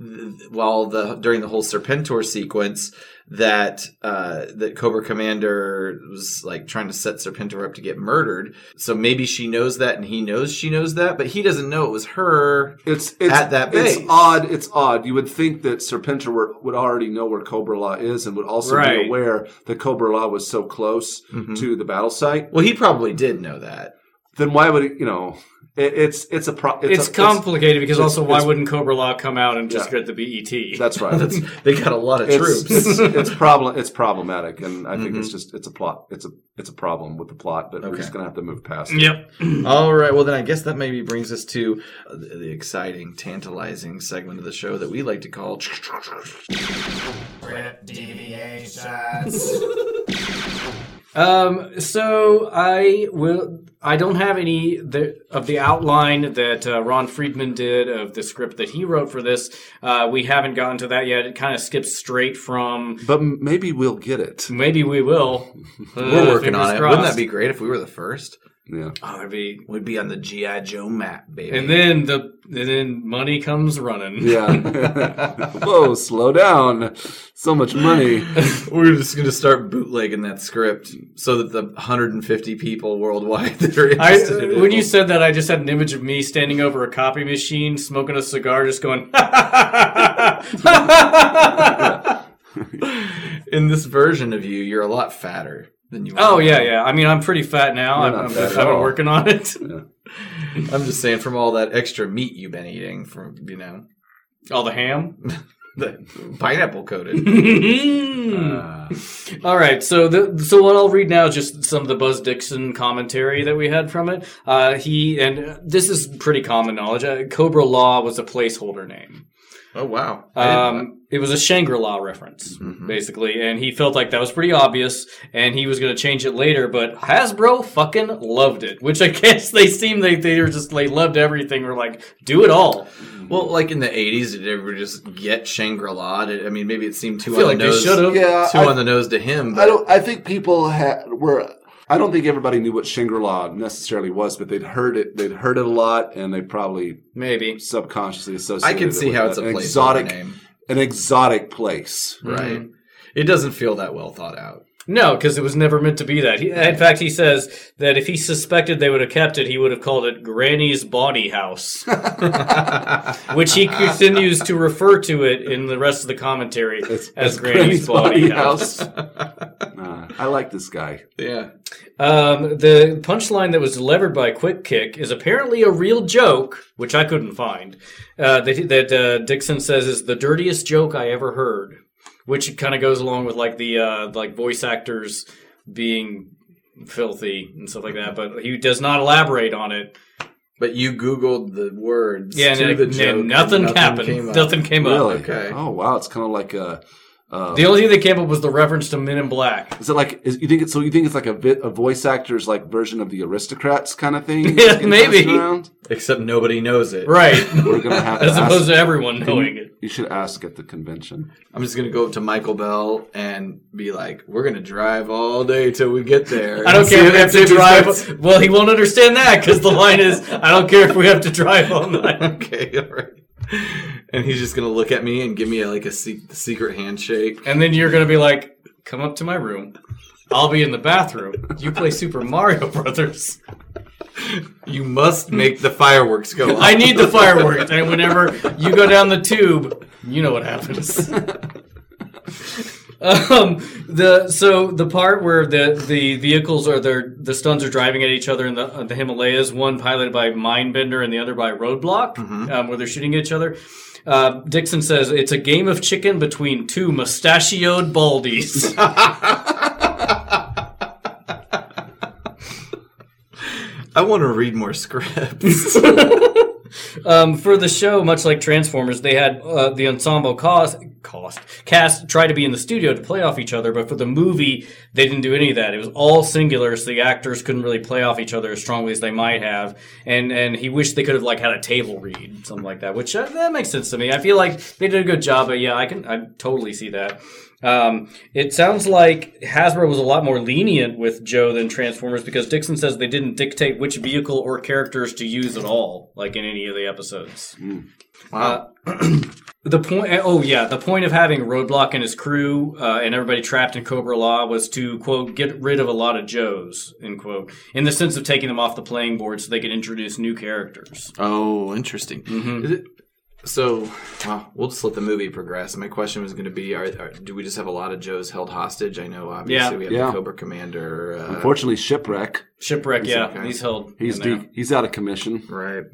Speaker 2: th- while the during the whole Serpentor sequence that uh, that Cobra Commander was like trying to set Serpentor up to get murdered. So maybe she knows that and he knows she knows that, but he doesn't know it was her.
Speaker 1: It's, it's
Speaker 2: At that base.
Speaker 1: It's odd. It's odd. You would think that Serpentor were, would already know where Cobra Law is and would also
Speaker 5: Right.
Speaker 1: be aware that Cobra Law was so close
Speaker 2: Mm-hmm.
Speaker 1: to the battle site.
Speaker 2: Well, he probably did know that.
Speaker 1: Then why would it, you know? It, it's it's a pro. It's,
Speaker 5: It's,
Speaker 1: a,
Speaker 5: complicated because
Speaker 1: it's-
Speaker 5: also why
Speaker 1: it's-
Speaker 5: wouldn't Cobra Law come out and just
Speaker 1: Yeah.
Speaker 5: get the E BET?
Speaker 1: that's right.
Speaker 2: That's, they got a lot of
Speaker 1: it's,
Speaker 2: troops.
Speaker 1: It's, it's problem. It's problematic, and I think it's just it's a plot. It's a it's a problem with the plot, but we're
Speaker 2: Okay.
Speaker 1: just gonna have to move past. it.
Speaker 5: yep.
Speaker 2: All right. Well, then I guess that maybe brings us to uh, the the exciting, tantalizing segment of the show that we like to call.
Speaker 5: Um, so I will. I don't have any the, of the outline that uh, Ron Friedman did of the script that he wrote for this. Uh, we haven't gotten to that yet. It kind of skips straight from.
Speaker 1: But m- maybe we'll get it.
Speaker 5: Maybe we will. Uh,
Speaker 2: We're working on it. Wouldn't that be great if we were the first?
Speaker 1: Yeah.
Speaker 5: Oh, that'd be.
Speaker 2: We'd be on the GI Joe map, baby.
Speaker 5: And then the and then money comes running.
Speaker 1: Yeah. Whoa, slow down. So much money.
Speaker 2: we're just going to start bootlegging that script so that the 150 people worldwide that are
Speaker 5: I,
Speaker 2: interested in it.
Speaker 5: when you said that, I just had an image of me standing over a copy machine, smoking a cigar, just going. yeah,
Speaker 2: in this version of you, you're a lot fatter. than you are.
Speaker 5: Oh yeah, yeah. I mean, I'm pretty fat now.
Speaker 1: You're not
Speaker 5: I'm, I'm
Speaker 1: fat
Speaker 5: just
Speaker 1: at
Speaker 5: kind of
Speaker 1: all.
Speaker 5: working on it.
Speaker 2: I'm just saying from all that extra meat you've been eating from you know
Speaker 5: All the ham.
Speaker 2: the pineapple coated.
Speaker 5: Uh, All right, so the, so what I'll read now is just some of the Buzz Dixon commentary that we had from it. Uh, he and this is pretty common knowledge. Uh, Cobra Law was a placeholder name.
Speaker 2: Oh wow. I didn't know
Speaker 5: Um, it was a Shangri La reference, basically, and he felt like that was pretty obvious, and he was going to change it later. But Hasbro fucking loved it, which I guess they seem they they were just they loved everything. We're like, do it all.
Speaker 2: that. Well, like in the '80s, did everyone just get Shangri La? I mean, maybe it seemed too
Speaker 5: I feel
Speaker 2: on
Speaker 5: like
Speaker 2: the
Speaker 5: they
Speaker 2: nose.
Speaker 5: should have.
Speaker 1: Yeah,
Speaker 2: Too
Speaker 1: I-
Speaker 2: on the nose to him.
Speaker 1: I
Speaker 2: But
Speaker 1: don't. I think people had were. I don't think everybody knew what Shangri La necessarily was, but they'd heard it. They'd heard it a lot, and they probably
Speaker 5: Maybe
Speaker 1: subconsciously associated.
Speaker 2: I, can
Speaker 1: it
Speaker 2: see
Speaker 1: with
Speaker 2: how it's a
Speaker 1: an
Speaker 2: placeholder
Speaker 1: exotic,
Speaker 2: name,
Speaker 1: an exotic place.
Speaker 2: right? It doesn't feel that well thought out.
Speaker 5: No, because it was never meant to be that. He, in fact, he says that if he suspected they would have kept it, he would have called it Granny's Body House, which he continues to refer to it in the rest of the commentary as Granny's, Body, House.
Speaker 1: Uh, I like this guy.
Speaker 2: Yeah.
Speaker 5: Um, the punchline that was delivered by Quick Kick is apparently a real joke, which I couldn't find. Uh, that that uh, Dixon says is the dirtiest joke I ever heard, which kind of goes along with like the uh, like voice actors being filthy and stuff like that. But he does not elaborate on it.
Speaker 2: But you Googled the words.
Speaker 5: Yeah, and,
Speaker 2: to
Speaker 5: it-
Speaker 2: the
Speaker 5: and
Speaker 2: joke, and
Speaker 5: nothing, happened.
Speaker 2: came up.
Speaker 5: nothing came up.
Speaker 1: Really?
Speaker 2: okay.
Speaker 1: Oh wow, it's kind of like a. Uh,
Speaker 5: The only thing that came up was the reference to Men in Black.
Speaker 1: is it like is, you think it's so? You think it's like a bit a voice actor's like version of the aristocrats kind of thing?
Speaker 5: Yeah,
Speaker 1: that's getting passed
Speaker 5: maybe.
Speaker 1: around?
Speaker 2: Except nobody knows it.
Speaker 5: Right.
Speaker 1: We're gonna have to
Speaker 5: As opposed
Speaker 1: ask,
Speaker 5: to everyone knowing it.
Speaker 1: You should ask at the convention.
Speaker 2: I'm just gonna go up to Michael Bell and be like, "We're gonna drive all day till we get there."
Speaker 5: I don't
Speaker 2: And see
Speaker 5: care if
Speaker 2: if
Speaker 5: we have
Speaker 2: see
Speaker 5: to
Speaker 2: if he
Speaker 5: drive.
Speaker 2: starts-
Speaker 5: Well, he won't understand that because the line is, I don't care if we have to drive all night.
Speaker 2: okay, all right. And he's just gonna look at me and give me like a se- secret handshake.
Speaker 5: And then you're going to be like, come up to my room. I'll be in the bathroom. You play Super Mario Brothers.
Speaker 2: You must make the fireworks go.
Speaker 5: I
Speaker 2: off.
Speaker 5: need the fireworks. And whenever you go down the tube, you know what happens. um, the so the part where the the vehicles are their the stuns are driving at each other in the uh, the Himalayas, one piloted by Mindbender and the other by Roadblock, um, where they're shooting at each other. Uh, Dixon says it's a game of chicken between two mustachioed baldies.
Speaker 2: I want to read more scripts.
Speaker 5: Um, for the show, much like Transformers, they had uh, the ensemble cost, cost cast try to be in the studio to play off each other, but for the movie, they didn't do any of that. It was all singular, so the actors couldn't really play off each other as strongly as they might have. And and he wished they could have like had a table read, something like that, which uh, that makes sense to me. I feel like they did a good job, but yeah, I can I totally see that. Um, it sounds like Hasbro was a lot more lenient with Joe than Transformers because Dixon says they didn't dictate which vehicle or characters to use at all, like in any of the episodes. Uh,
Speaker 2: wow.
Speaker 5: The point, oh yeah, the point of having Roadblock and his crew uh, and everybody trapped in Cobra Law was to quote get rid of a lot of Joes, end quote, in the sense of taking them off the playing board so they could introduce new characters.
Speaker 2: Oh, interesting. Is it, so, well, we'll just let the movie progress. My question was going to be: are, are, Do we just have a lot of Joes held hostage? I know, obviously,
Speaker 5: Yeah.
Speaker 2: we have
Speaker 1: Yeah.
Speaker 2: the Cobra Commander. Uh,
Speaker 1: Unfortunately, shipwreck.
Speaker 5: Shipwreck, yeah,
Speaker 2: okay.
Speaker 5: he's held. in
Speaker 1: He's
Speaker 5: there.
Speaker 1: de- he's out of commission.
Speaker 2: right.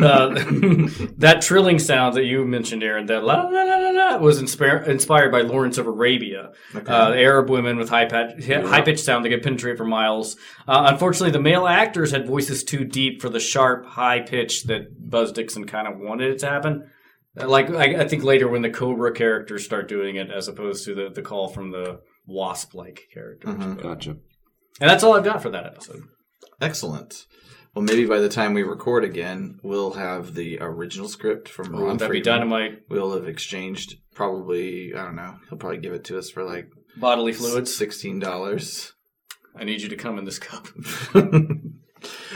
Speaker 5: uh, that trilling sound that you mentioned, Aaron, that la la la la la, was inspired inspired by Lawrence of Arabia, uh, Arab women with high pat- high pitched sound that could penetrate for miles. Uh, unfortunately, the male actors had voices too deep for the sharp, high pitch that Buzz Dixon kind of wanted it to happen. Uh, Like I, I think later when the Cobra characters start doing it, as opposed to the, the call from the wasp like characters.
Speaker 1: Gotcha.
Speaker 5: And that's all I've got for that episode.
Speaker 2: Excellent. Well, maybe by the time we record again, we'll have the original script from Ron
Speaker 5: That'd be
Speaker 2: Friedman.
Speaker 5: dynamite
Speaker 2: We'll have exchanged probably. I don't know. He'll probably give it to us for like
Speaker 5: bodily fluids.
Speaker 2: sixteen dollars.
Speaker 5: I need you to come in this cup.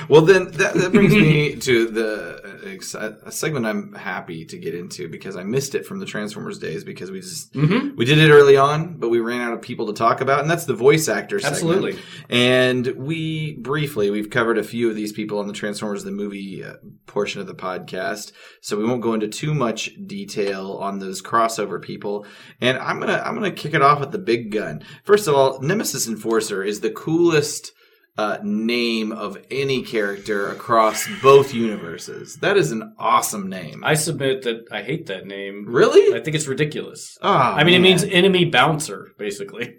Speaker 2: well, then that, that brings me to the ex- a segment I'm happy to get into because I missed it from the Transformers days because we just
Speaker 5: Mhm.
Speaker 2: we did it early on, but we ran out of people to talk about, and that's the voice actor. segment.
Speaker 5: Absolutely.
Speaker 2: And we briefly we've covered a few of these people on the Transformers the movie uh, portion of the podcast, so we won't go into too much detail on those crossover people. And I'm gonna I'm gonna kick it off with the big gun. First of all, Nemesis Enforcer is the coolest uh, name of any character across both universes. That is an awesome name.
Speaker 5: I submit that I hate that name.
Speaker 2: really?
Speaker 5: I think it's ridiculous.
Speaker 2: Ah,
Speaker 5: I mean, it
Speaker 2: man.
Speaker 5: means enemy bouncer, basically.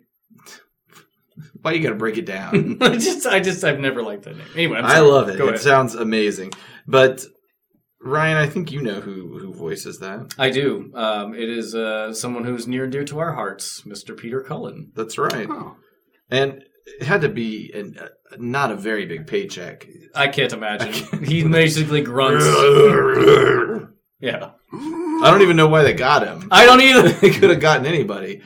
Speaker 2: why you gotta break it down?
Speaker 5: I just, I just, I've never liked that name. Anyway, I'm
Speaker 2: I
Speaker 5: sorry.
Speaker 2: love it.
Speaker 5: Go
Speaker 2: It
Speaker 5: ahead.
Speaker 2: sounds amazing. But Ryan, I think you know who who voices that.
Speaker 5: I do. Um, it is uh, someone who's near and dear to our hearts, Mr. Peter Cullen.
Speaker 2: That's right.
Speaker 1: Oh.
Speaker 2: And it had to be an, uh, not a very big paycheck.
Speaker 5: I can't imagine. he basically grunts.
Speaker 2: I
Speaker 5: yeah,
Speaker 2: don't even know why they got him.
Speaker 5: I don't either.
Speaker 2: They could have gotten anybody.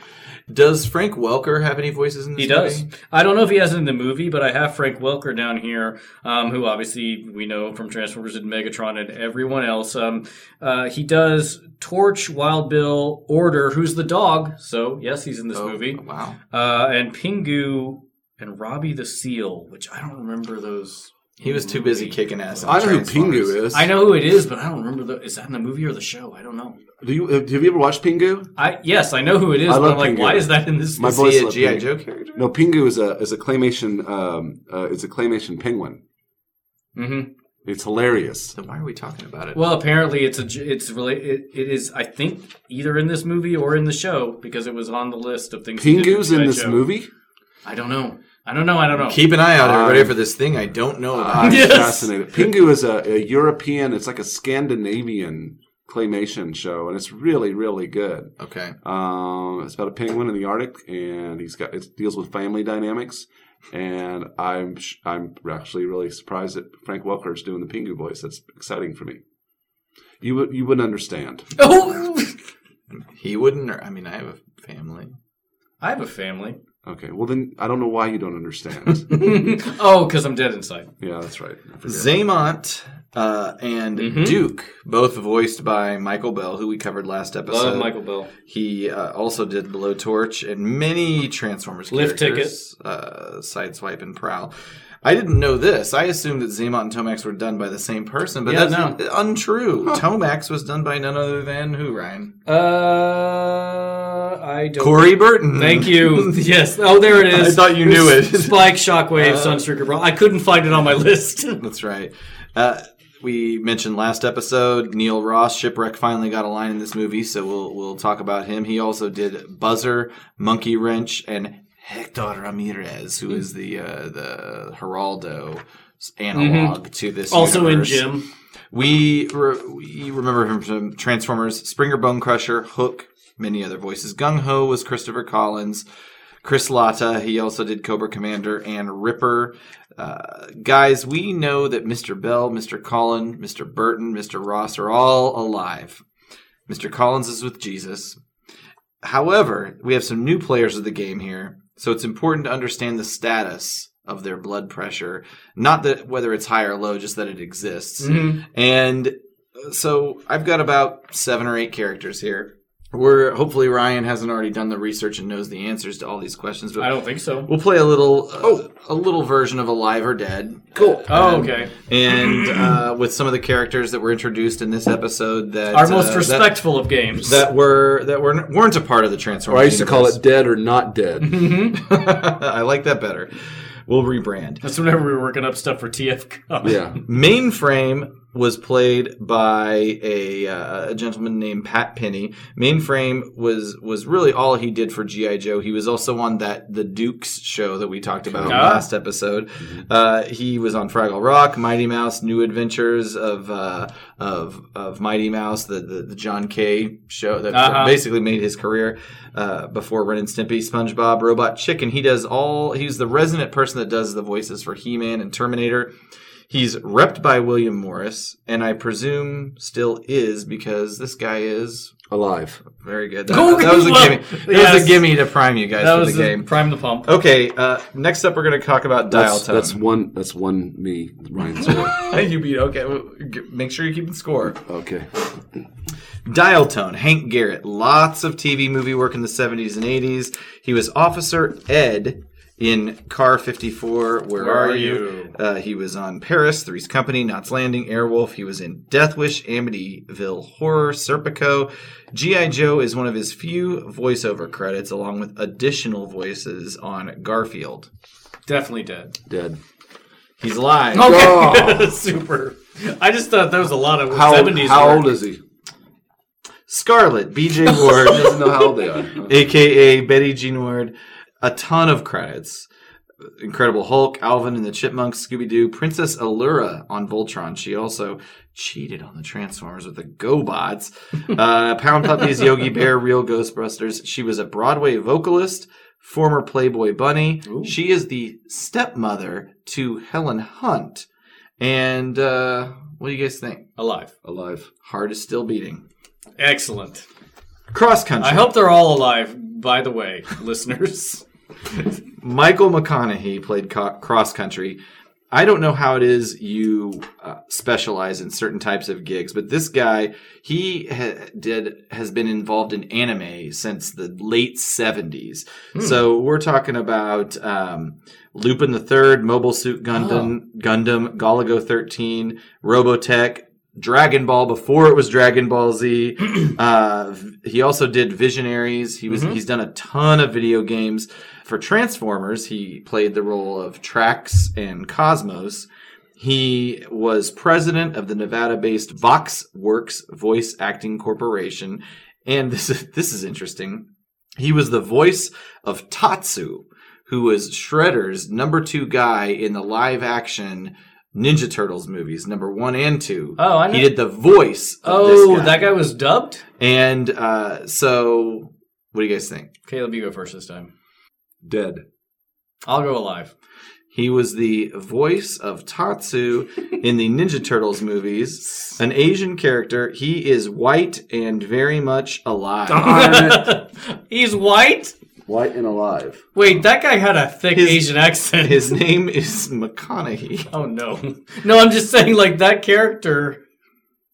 Speaker 2: Does Frank Welker have any voices in this
Speaker 5: He does.
Speaker 2: movie?
Speaker 5: I don't know if he has it in the movie, but I have Frank Welker down here, um, who obviously we know from Transformers and Megatron and everyone else. Um, uh, he does Torch, Wild Bill, Order, who's the dog. So yes, he's in this
Speaker 2: Oh,
Speaker 5: movie,
Speaker 2: Wow.
Speaker 5: uh, and Pingu and Robbie the Seal, which I don't remember those.
Speaker 2: He was too busy kicking ass. on
Speaker 1: I know who
Speaker 2: Transformers.
Speaker 1: Pingu is.
Speaker 5: I know who it is, but I don't remember the. Is that in the movie or the show? I don't know.
Speaker 1: Do you have you ever watched Pingu?
Speaker 5: I yes, I know who it is,
Speaker 1: I
Speaker 5: but
Speaker 1: love
Speaker 5: I'm like,
Speaker 1: Pingu.
Speaker 5: why is that in this?
Speaker 1: My
Speaker 5: this-
Speaker 1: voice
Speaker 2: Is he a
Speaker 1: left
Speaker 2: G.I.
Speaker 1: me.
Speaker 2: Joe character?
Speaker 1: No, Pingu is a is a claymation. Um, uh, it's a claymation penguin.
Speaker 5: Mhm.
Speaker 1: It's hilarious.
Speaker 2: Then why are we talking about it?
Speaker 5: Well, apparently it's a j- it's really it, it is I think either in this movie or in the show because it was on the list of things. he did
Speaker 1: Pingu's
Speaker 5: for
Speaker 1: in
Speaker 5: G.I.
Speaker 1: this
Speaker 5: Joe.
Speaker 1: movie.
Speaker 5: I don't know. I don't know. I don't know.
Speaker 2: Keep an eye out, everybody,
Speaker 1: Um,
Speaker 2: for this thing I don't know about.
Speaker 1: I'm
Speaker 5: Yes.
Speaker 1: fascinated. Pingu is a, a European. It's like a Scandinavian claymation show, and it's really really good.
Speaker 2: okay.
Speaker 1: Um, it's about a penguin in the Arctic, and he's got it deals with family dynamics. And I'm sh- I'm actually really surprised that Frank Welker's doing the Pingu voice. That's exciting for me. You would you wouldn't understand.
Speaker 5: oh,
Speaker 2: He wouldn't. Or, I mean, I have a family.
Speaker 5: I have a family.
Speaker 1: Okay, well then I don't know why you don't understand.
Speaker 5: oh, because I'm dead inside.
Speaker 1: yeah, that's right. I forget.
Speaker 2: Zaymont uh, and
Speaker 5: Mhm.
Speaker 2: Duke, both voiced by Michael Bell, who we covered last episode.
Speaker 5: Love Michael Bell.
Speaker 2: He uh, also did Below Torch and many Transformers
Speaker 5: Lift
Speaker 2: characters, uh, Sideswipe and Prowl. I didn't know this. I assumed that Zaymont and Tomax were done by the same person, but
Speaker 5: Yeah,
Speaker 2: that's untrue. Tomax was done by none other than who, Ryan?
Speaker 5: Uh, I don't.
Speaker 2: Corey Burton.
Speaker 5: Thank you. yes. Oh, there it is.
Speaker 2: I thought you knew it. Uh,
Speaker 5: Spike, Shockwave, Sunstreaker, Brawl. I couldn't find it on my list.
Speaker 2: That's right. Uh, we mentioned last episode Neil Ross Shipwreck finally got a line in this movie, so we'll we'll talk about him. He also did Buzzer, Monkey Wrench, and Hector Ramirez, who is the uh, the Geraldo analog to this.
Speaker 5: Mm-hmm. also in
Speaker 2: universe.
Speaker 5: Jim.
Speaker 2: We, re- we remember him from Transformers, Springer Bone Crusher, Hook, many other voices. Gung Ho was Christopher Collins. Chris Latta, he also did Cobra Commander and Ripper. Uh, guys, we know that Mr. Bell, Mr. Collin, Mr. Burton, Mr. Ross are all alive. Mr. Collins is with Jesus. However, we have some new players of the game here, so it's important to understand the status of their blood pressure. Not that whether it's high or low, just that it exists. And uh, so I've got about seven or eight characters here. We're hopefully Ryan hasn't already done the research and knows the answers to all these questions, but
Speaker 5: I don't think so.
Speaker 2: we'll play a little uh,
Speaker 1: Oh.
Speaker 2: a little version of alive or dead. Cool.
Speaker 5: Oh, okay.
Speaker 2: And uh, with some of the characters that were introduced in this episode that
Speaker 5: Our most
Speaker 2: uh, that-
Speaker 5: respectful of games.
Speaker 2: that, were that were weren't a part of the Transformers.
Speaker 1: Or I used to call
Speaker 2: universe. Uh,
Speaker 1: it dead or not dead.
Speaker 2: I like that better. We'll rebrand.
Speaker 5: That's whenever we were working up stuff for TF. Con.
Speaker 1: yeah.
Speaker 2: Mainframe was played by a, uh, a gentleman named Pat Penny. Mainframe was was really all he did for GI Joe. He was also on that the Dukes show that we talked about
Speaker 5: Ah.
Speaker 2: last episode. Uh, he was on Fraggle Rock, Mighty Mouse, New Adventures of uh, of of Mighty Mouse, the the, the John Kay show that
Speaker 5: Uh-huh.
Speaker 2: basically made his career uh, before Ren and Stimpy, SpongeBob, Robot Chicken. He does all. He's the resonant person that does the voices for He Man and Terminator. He's repped by William Morris, and I presume still is because this guy is
Speaker 1: Alive.
Speaker 2: very good. That,
Speaker 5: Go
Speaker 2: that was a
Speaker 5: Greenlaw!
Speaker 2: gimme. That was
Speaker 5: Yes.
Speaker 2: a gimme to prime you guys
Speaker 5: That
Speaker 2: for
Speaker 5: was
Speaker 2: the game.
Speaker 5: prime the pump.
Speaker 2: okay, uh, next up we're going to talk about dial
Speaker 1: That's,
Speaker 2: tone.
Speaker 1: that's one. That's one me, Ryan. Zero.
Speaker 2: you beat. Okay, well, g- make sure you're keeping score.
Speaker 1: okay.
Speaker 2: Dial Tone, Hank Garrett, lots of TV movie work in the 70s and 80s. He was Officer Ed in Car 54, Where, Are,
Speaker 5: Are
Speaker 2: You?
Speaker 5: You?
Speaker 2: Uh, he was on Paris, Three's Company, Knots Landing, Airwolf. He was in Death Wish, Amityville Horror, Serpico. G.I. Joe is one of his few voiceover credits, along with additional voices on Garfield.
Speaker 5: Definitely dead.
Speaker 1: Dead.
Speaker 2: He's alive.
Speaker 5: Okay,
Speaker 1: Oh.
Speaker 5: super. I just thought that was a lot of
Speaker 1: How,
Speaker 5: 70s.
Speaker 1: how
Speaker 5: work.
Speaker 1: old is he?
Speaker 2: Scarlet, B.J. Ward.
Speaker 1: Doesn't know how old they are.
Speaker 2: aka Betty Jean Ward, a ton of credits. Incredible Hulk, Alvin and the Chipmunks, Scooby Doo, Princess Allura on Voltron. She also cheated on the Transformers with the GoBots, uh, Pound Puppies, Yogi Bear, Real Ghostbusters. She was a Broadway vocalist, former Playboy Bunny. She is the stepmother to Helen Hunt. And uh, what do you guys think?
Speaker 5: Alive.
Speaker 1: Alive.
Speaker 2: Heart is still beating.
Speaker 5: Excellent.
Speaker 2: Cross country.
Speaker 5: I hope they're all alive, by the way, listeners.
Speaker 2: Michael McConaughey played co- cross country. I don't know how it is you uh, specialize in certain types of gigs, but this guy he ha- did has been involved in anime since the late seventies. So we're talking about um, Lupin the Third, Mobile Suit Gundam, Gundam, Galago Thirteen, Robotech. Dragon Ball before it was Dragon Ball Z. Uh, v- he also did Visionaries. He was he's done a ton of video games. For Transformers, he played the role of Trax and Cosmos. He was president of the Nevada-based Vox Works Voice Acting Corporation, and this is, this is interesting. He was the voice of Tatsu, who was Shredder's number two guy in the live-action Ninja Turtles movies, number one and two.
Speaker 5: Oh, I know.
Speaker 2: He did the voice. Of
Speaker 5: oh,
Speaker 2: this
Speaker 5: that guy was dubbed?
Speaker 2: And uh, so, what do you guys think?
Speaker 5: Caleb, you go first this time.
Speaker 1: Dead.
Speaker 5: I'll go alive.
Speaker 2: He was the voice of Tatsu in the Ninja Turtles movies, an Asian character. He is white and very much
Speaker 5: Ah.
Speaker 2: alive.
Speaker 5: He's white?
Speaker 1: White and alive.
Speaker 5: Wait, that guy had a thick
Speaker 2: His-
Speaker 5: Asian accent.
Speaker 2: His name is McConaughey.
Speaker 5: oh, no. No, I'm just saying, like, that character.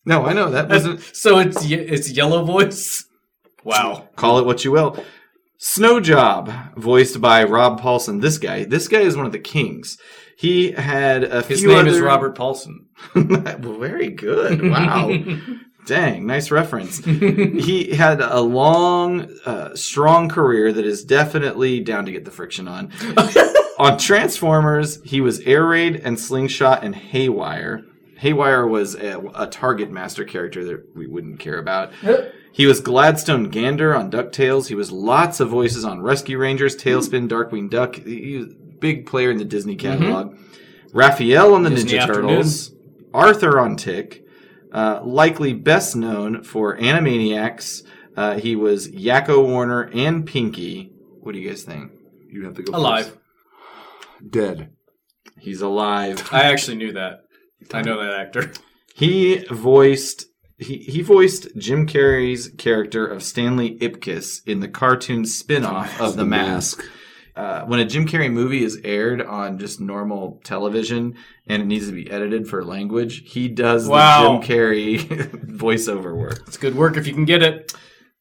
Speaker 2: No, I know that wasn't.
Speaker 5: So it's ye- it's yellow voice? Wow.
Speaker 2: Call it what you will. Snow Job, voiced by Rob Paulson. This guy, this guy is one of the kings. He had a
Speaker 5: His
Speaker 2: few
Speaker 5: name is
Speaker 2: other-
Speaker 5: Robert Paulson.
Speaker 2: well, very good. Wow. Dang, nice reference. he had a long, uh, strong career that is definitely down to get the friction on. on Transformers, he was Air Raid and Slingshot and Haywire. Haywire was a, a Target Master character that we wouldn't care about. He was Gladstone Gander on DuckTales. He was lots of voices on Rescue Rangers, Tailspin, Darkwing Duck. He he was a big player in the Disney catalog. Raphael on the
Speaker 5: Disney
Speaker 2: Ninja
Speaker 5: Afternoon.
Speaker 2: Turtles. Arthur on Tick, uh, likely best known for Animaniacs. Uh, he was Yakko Warner and Pinky. What do you guys think?
Speaker 1: You have to go
Speaker 5: Alive.
Speaker 1: first. Dead.
Speaker 2: He's alive.
Speaker 5: I actually knew that. I know that actor.
Speaker 2: He voiced he, he voiced Jim Carrey's character of Stanley Ipkiss in the cartoon spin-off of The Mask. Uh, when a Jim Carrey movie is aired on just normal television and it needs to be edited for language, he does
Speaker 5: Wow.
Speaker 2: the Jim Carrey voiceover work.
Speaker 5: It's good work if you can get it.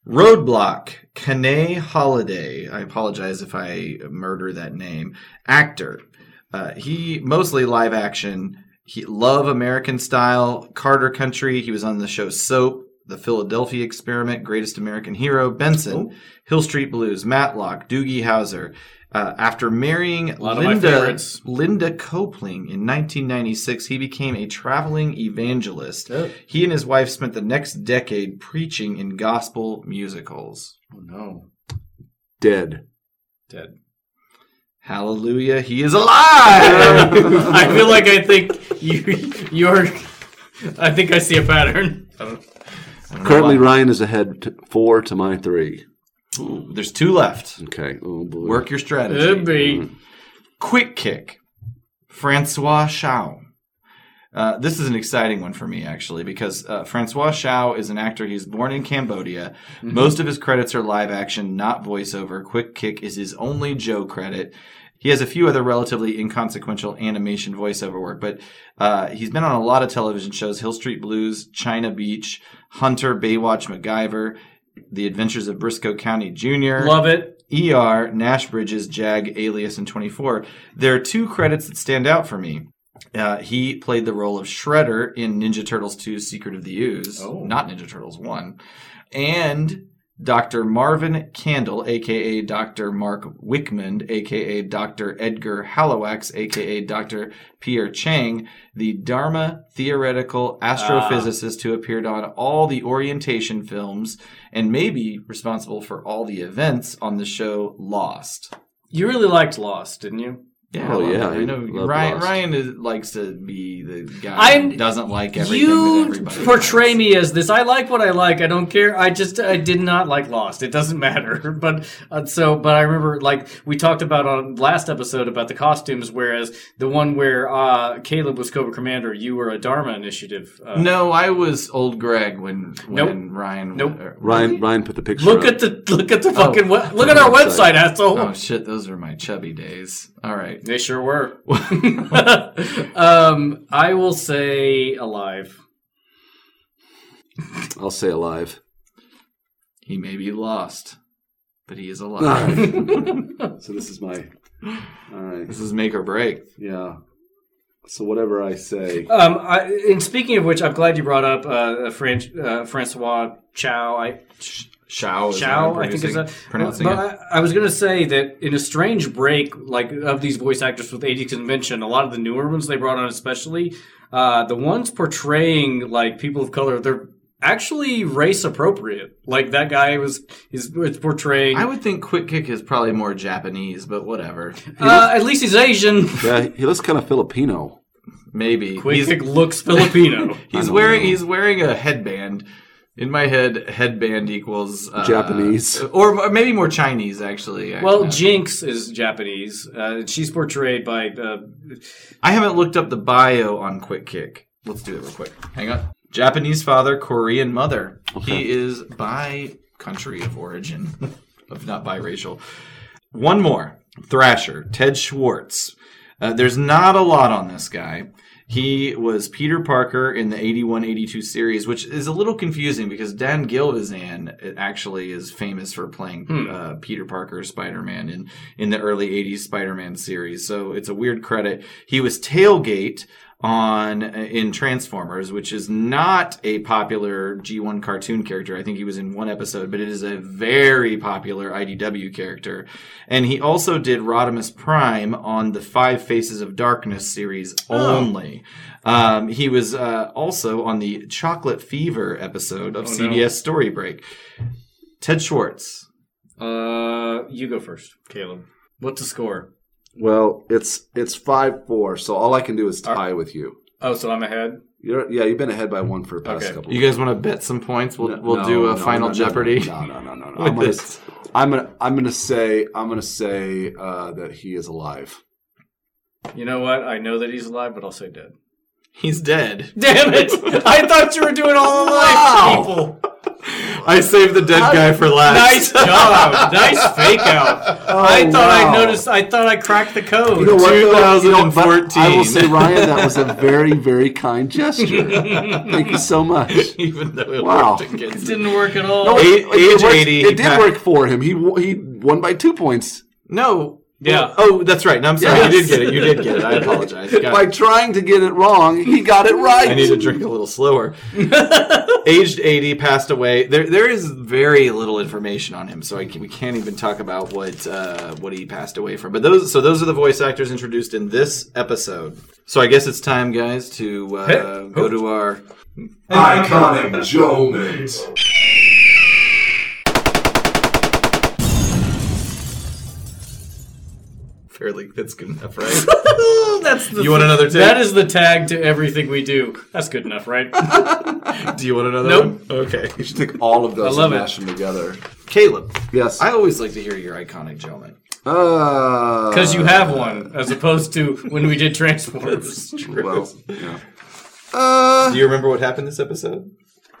Speaker 2: Roadblock, Kane Holiday. I apologize if I murder that name. Actor. Uh, he mostly live action. He love American style, Carter Country. He was on the show Soap, The Philadelphia Experiment, Greatest American Hero, Benson, Hill Street Blues, Matlock, Doogie Howser. Uh, after marrying
Speaker 5: lot of my
Speaker 2: Linda,
Speaker 5: favorites.
Speaker 2: Linda Copling in 1996, he became a traveling evangelist.
Speaker 5: Oh.
Speaker 2: He and his wife spent the next decade preaching in gospel musicals.
Speaker 5: Oh, no.
Speaker 1: Dead.
Speaker 5: Dead.
Speaker 2: Hallelujah, he is alive!
Speaker 5: I feel like I think you, you're. I think I see a pattern.
Speaker 1: Currently, Ryan is ahead t- four to my three.
Speaker 2: There's two left.
Speaker 1: Okay. Oh boy.
Speaker 2: Work your strategy.
Speaker 5: Could be.
Speaker 2: Quick kick. Francois Shaw. Uh, this is an exciting one for me, actually, because uh, Francois Shao is an actor. He's born in Cambodia. Most of his credits are live action, not voiceover. Quick Kick is his only Joe credit. He has a few other relatively inconsequential animation voiceover work, but uh, he's been on a lot of television shows Hill Street Blues, China Beach, Hunter, Baywatch, MacGyver, The Adventures of Briscoe County Jr.
Speaker 5: Love it.
Speaker 2: ER, Nash Bridges, Jag, Alias, and 24. There are two credits that stand out for me. Uh, he played the role of Shredder in Ninja Turtles 2 Secret of the Ooze,
Speaker 5: Oh.
Speaker 2: not Ninja Turtles 1. And Dr. Marvin Candle, aka Dr. Mark Wickman, aka Dr. Edgar Halowax, aka Dr. Pierre Chang, the Dharma theoretical astrophysicist who appeared on all the orientation films and may be responsible for all the events on the show Lost.
Speaker 5: You really liked Lost, didn't you?
Speaker 2: Yeah,
Speaker 1: Oh,
Speaker 2: I love
Speaker 1: yeah,
Speaker 2: that.
Speaker 1: I
Speaker 2: I know
Speaker 1: love
Speaker 2: Ryan.
Speaker 1: Lost.
Speaker 2: Ryan is, likes to be the guy
Speaker 5: I'm-
Speaker 2: who doesn't like everything. that
Speaker 5: You
Speaker 2: everybody
Speaker 5: portray
Speaker 2: likes.
Speaker 5: me as this. I like what I like. I don't care. I just I did not like Lost. It doesn't matter. But uh, so, but I remember like we talked about on last episode about the costumes. Whereas the one where uh, Caleb was Cobra Commander, you were a Dharma Initiative. Uh,
Speaker 2: No, I was old Greg when
Speaker 5: Nope.
Speaker 2: when Ryan.
Speaker 5: Nope.
Speaker 2: or-
Speaker 1: Ryan Ryan put the picture.
Speaker 5: Look
Speaker 1: up.
Speaker 5: at the look at the fucking we- look at
Speaker 1: the
Speaker 5: our
Speaker 1: website.
Speaker 5: website, asshole.
Speaker 2: Oh shit, those are my chubby days. All right.
Speaker 5: They sure were. um, I will say alive.
Speaker 1: I'll say alive.
Speaker 2: He may be lost, but he is
Speaker 1: All
Speaker 2: alive.
Speaker 1: right. so this is my. All right.
Speaker 2: this is make or break.
Speaker 1: Yeah. So whatever I say.
Speaker 5: Um, I, and speaking of which, I'm glad you brought up uh, Fran- uh, Francois Chow. I
Speaker 2: Shao is
Speaker 5: Chow,
Speaker 2: how I'm
Speaker 5: I think is that.
Speaker 2: pronouncing
Speaker 5: but
Speaker 2: it.
Speaker 5: I, I was going to say that in a strange break, like of these voice actors with 80 convention, a lot of the newer ones they brought on, especially uh, the ones portraying like people of color, they're actually race appropriate. Like that guy was is, is portraying.
Speaker 2: I would think Quick Kick is probably more Japanese, but whatever.
Speaker 5: uh, at least he's Asian.
Speaker 1: Yeah, he looks kind of Filipino.
Speaker 2: Maybe
Speaker 5: Quick
Speaker 2: he's
Speaker 5: Kick looks Filipino.
Speaker 2: he's
Speaker 1: don't
Speaker 2: wearing
Speaker 1: know.
Speaker 2: he's wearing a headband. In my head, headband equals uh,
Speaker 1: Japanese.
Speaker 2: or, or maybe more Chinese actually. I
Speaker 5: Well,
Speaker 2: don't know.
Speaker 5: Jinx is Japanese. Uh, she's portrayed by. Uh,
Speaker 2: I haven't looked up the bio on Quick Kick. Let's do it real quick. Hang on. Japanese father, Korean mother. He is by country of origin, if not biracial. One more Thrasher, Ted Schwartz. Uh, there's not a lot on this guy. He was Peter Parker in the 81 82 series, which is a little confusing because Dan Gilvezan actually is famous for playing uh, Peter Parker Spider Man in, in the early 80s Spider Man series. So it's a weird credit. He was Tailgate on in Transformers, which is not a popular G1 cartoon character. I think he was in one episode, but it is a very popular IDW character. And he also did Rodimus Prime on the Five Faces of Darkness series
Speaker 1: Oh.
Speaker 2: only. Um, he was uh, also on the Chocolate Fever episode
Speaker 1: Oh,
Speaker 2: of CBS Story Break. Ted Schwartz.
Speaker 5: uh, you go first, Caleb. What's the score?
Speaker 1: Well, it's it's five four, so all I can do is tie with you.
Speaker 5: Oh, so I'm ahead.
Speaker 1: You're yeah, you've been ahead by one for the past
Speaker 5: Okay.
Speaker 1: couple.
Speaker 2: You guys want to bet some points? We'll, we'll
Speaker 1: No,
Speaker 2: do a
Speaker 1: no, no,
Speaker 2: Final
Speaker 1: no,
Speaker 2: Jeopardy.
Speaker 1: No, no, no, no. no.
Speaker 2: with
Speaker 1: I'm, gonna,
Speaker 2: this.
Speaker 1: I'm gonna I'm gonna say I'm gonna say uh, that he is alive.
Speaker 5: You know what? I know that he's alive, but I'll say dead.
Speaker 2: He's dead.
Speaker 5: Damn it! I thought you were doing all the
Speaker 2: Wow.
Speaker 5: life, people.
Speaker 2: I saved the dead guy for last.
Speaker 5: Nice job. Oh. nice fake out. I thought I noticed. I thought I cracked the code.
Speaker 1: Oh, You know what? though? You know, but
Speaker 2: 2014.
Speaker 1: I will say, Ryan, that was a very, very kind gesture. Thank you so much.
Speaker 2: Even though it
Speaker 1: Wow.
Speaker 2: worked
Speaker 5: It
Speaker 2: against him.
Speaker 5: didn't work at all.
Speaker 1: No, it- it
Speaker 2: age
Speaker 1: worked-
Speaker 2: 80,
Speaker 1: It did
Speaker 2: Pat-
Speaker 1: work for him. He wo- he won by two points
Speaker 2: No.
Speaker 5: Yeah.
Speaker 2: Oh, that's right. No, I'm sorry. You
Speaker 1: Yes.
Speaker 2: did get it. You did get it. I apologize. Got
Speaker 1: by
Speaker 2: it.
Speaker 1: trying to get it wrong. He got it right.
Speaker 2: I need to drink a little slower. Aged 80, passed away. There, there is very little information on him, so I can, we can't even talk about what uh, what he passed away from. But those, so those are the voice actors introduced in this episode. So I guess it's time, guys, to uh, go to our
Speaker 1: Iconic Joe
Speaker 2: fairly that's good enough, right?
Speaker 5: That's the
Speaker 2: You want another take?
Speaker 5: That is the tag to everything we do. That's good enough, right?
Speaker 2: Do you want another
Speaker 5: Nope.
Speaker 2: one? Okay.
Speaker 1: You should take all of those
Speaker 5: I love
Speaker 1: and
Speaker 5: it.
Speaker 1: mash them together.
Speaker 2: Caleb,
Speaker 1: Yes.
Speaker 2: I always like to hear your iconic gentleman.
Speaker 1: Because Uh,
Speaker 5: Because you have one, as opposed to when we did Transformers.
Speaker 1: Well, yeah. Uh,
Speaker 2: Do you remember what happened this episode?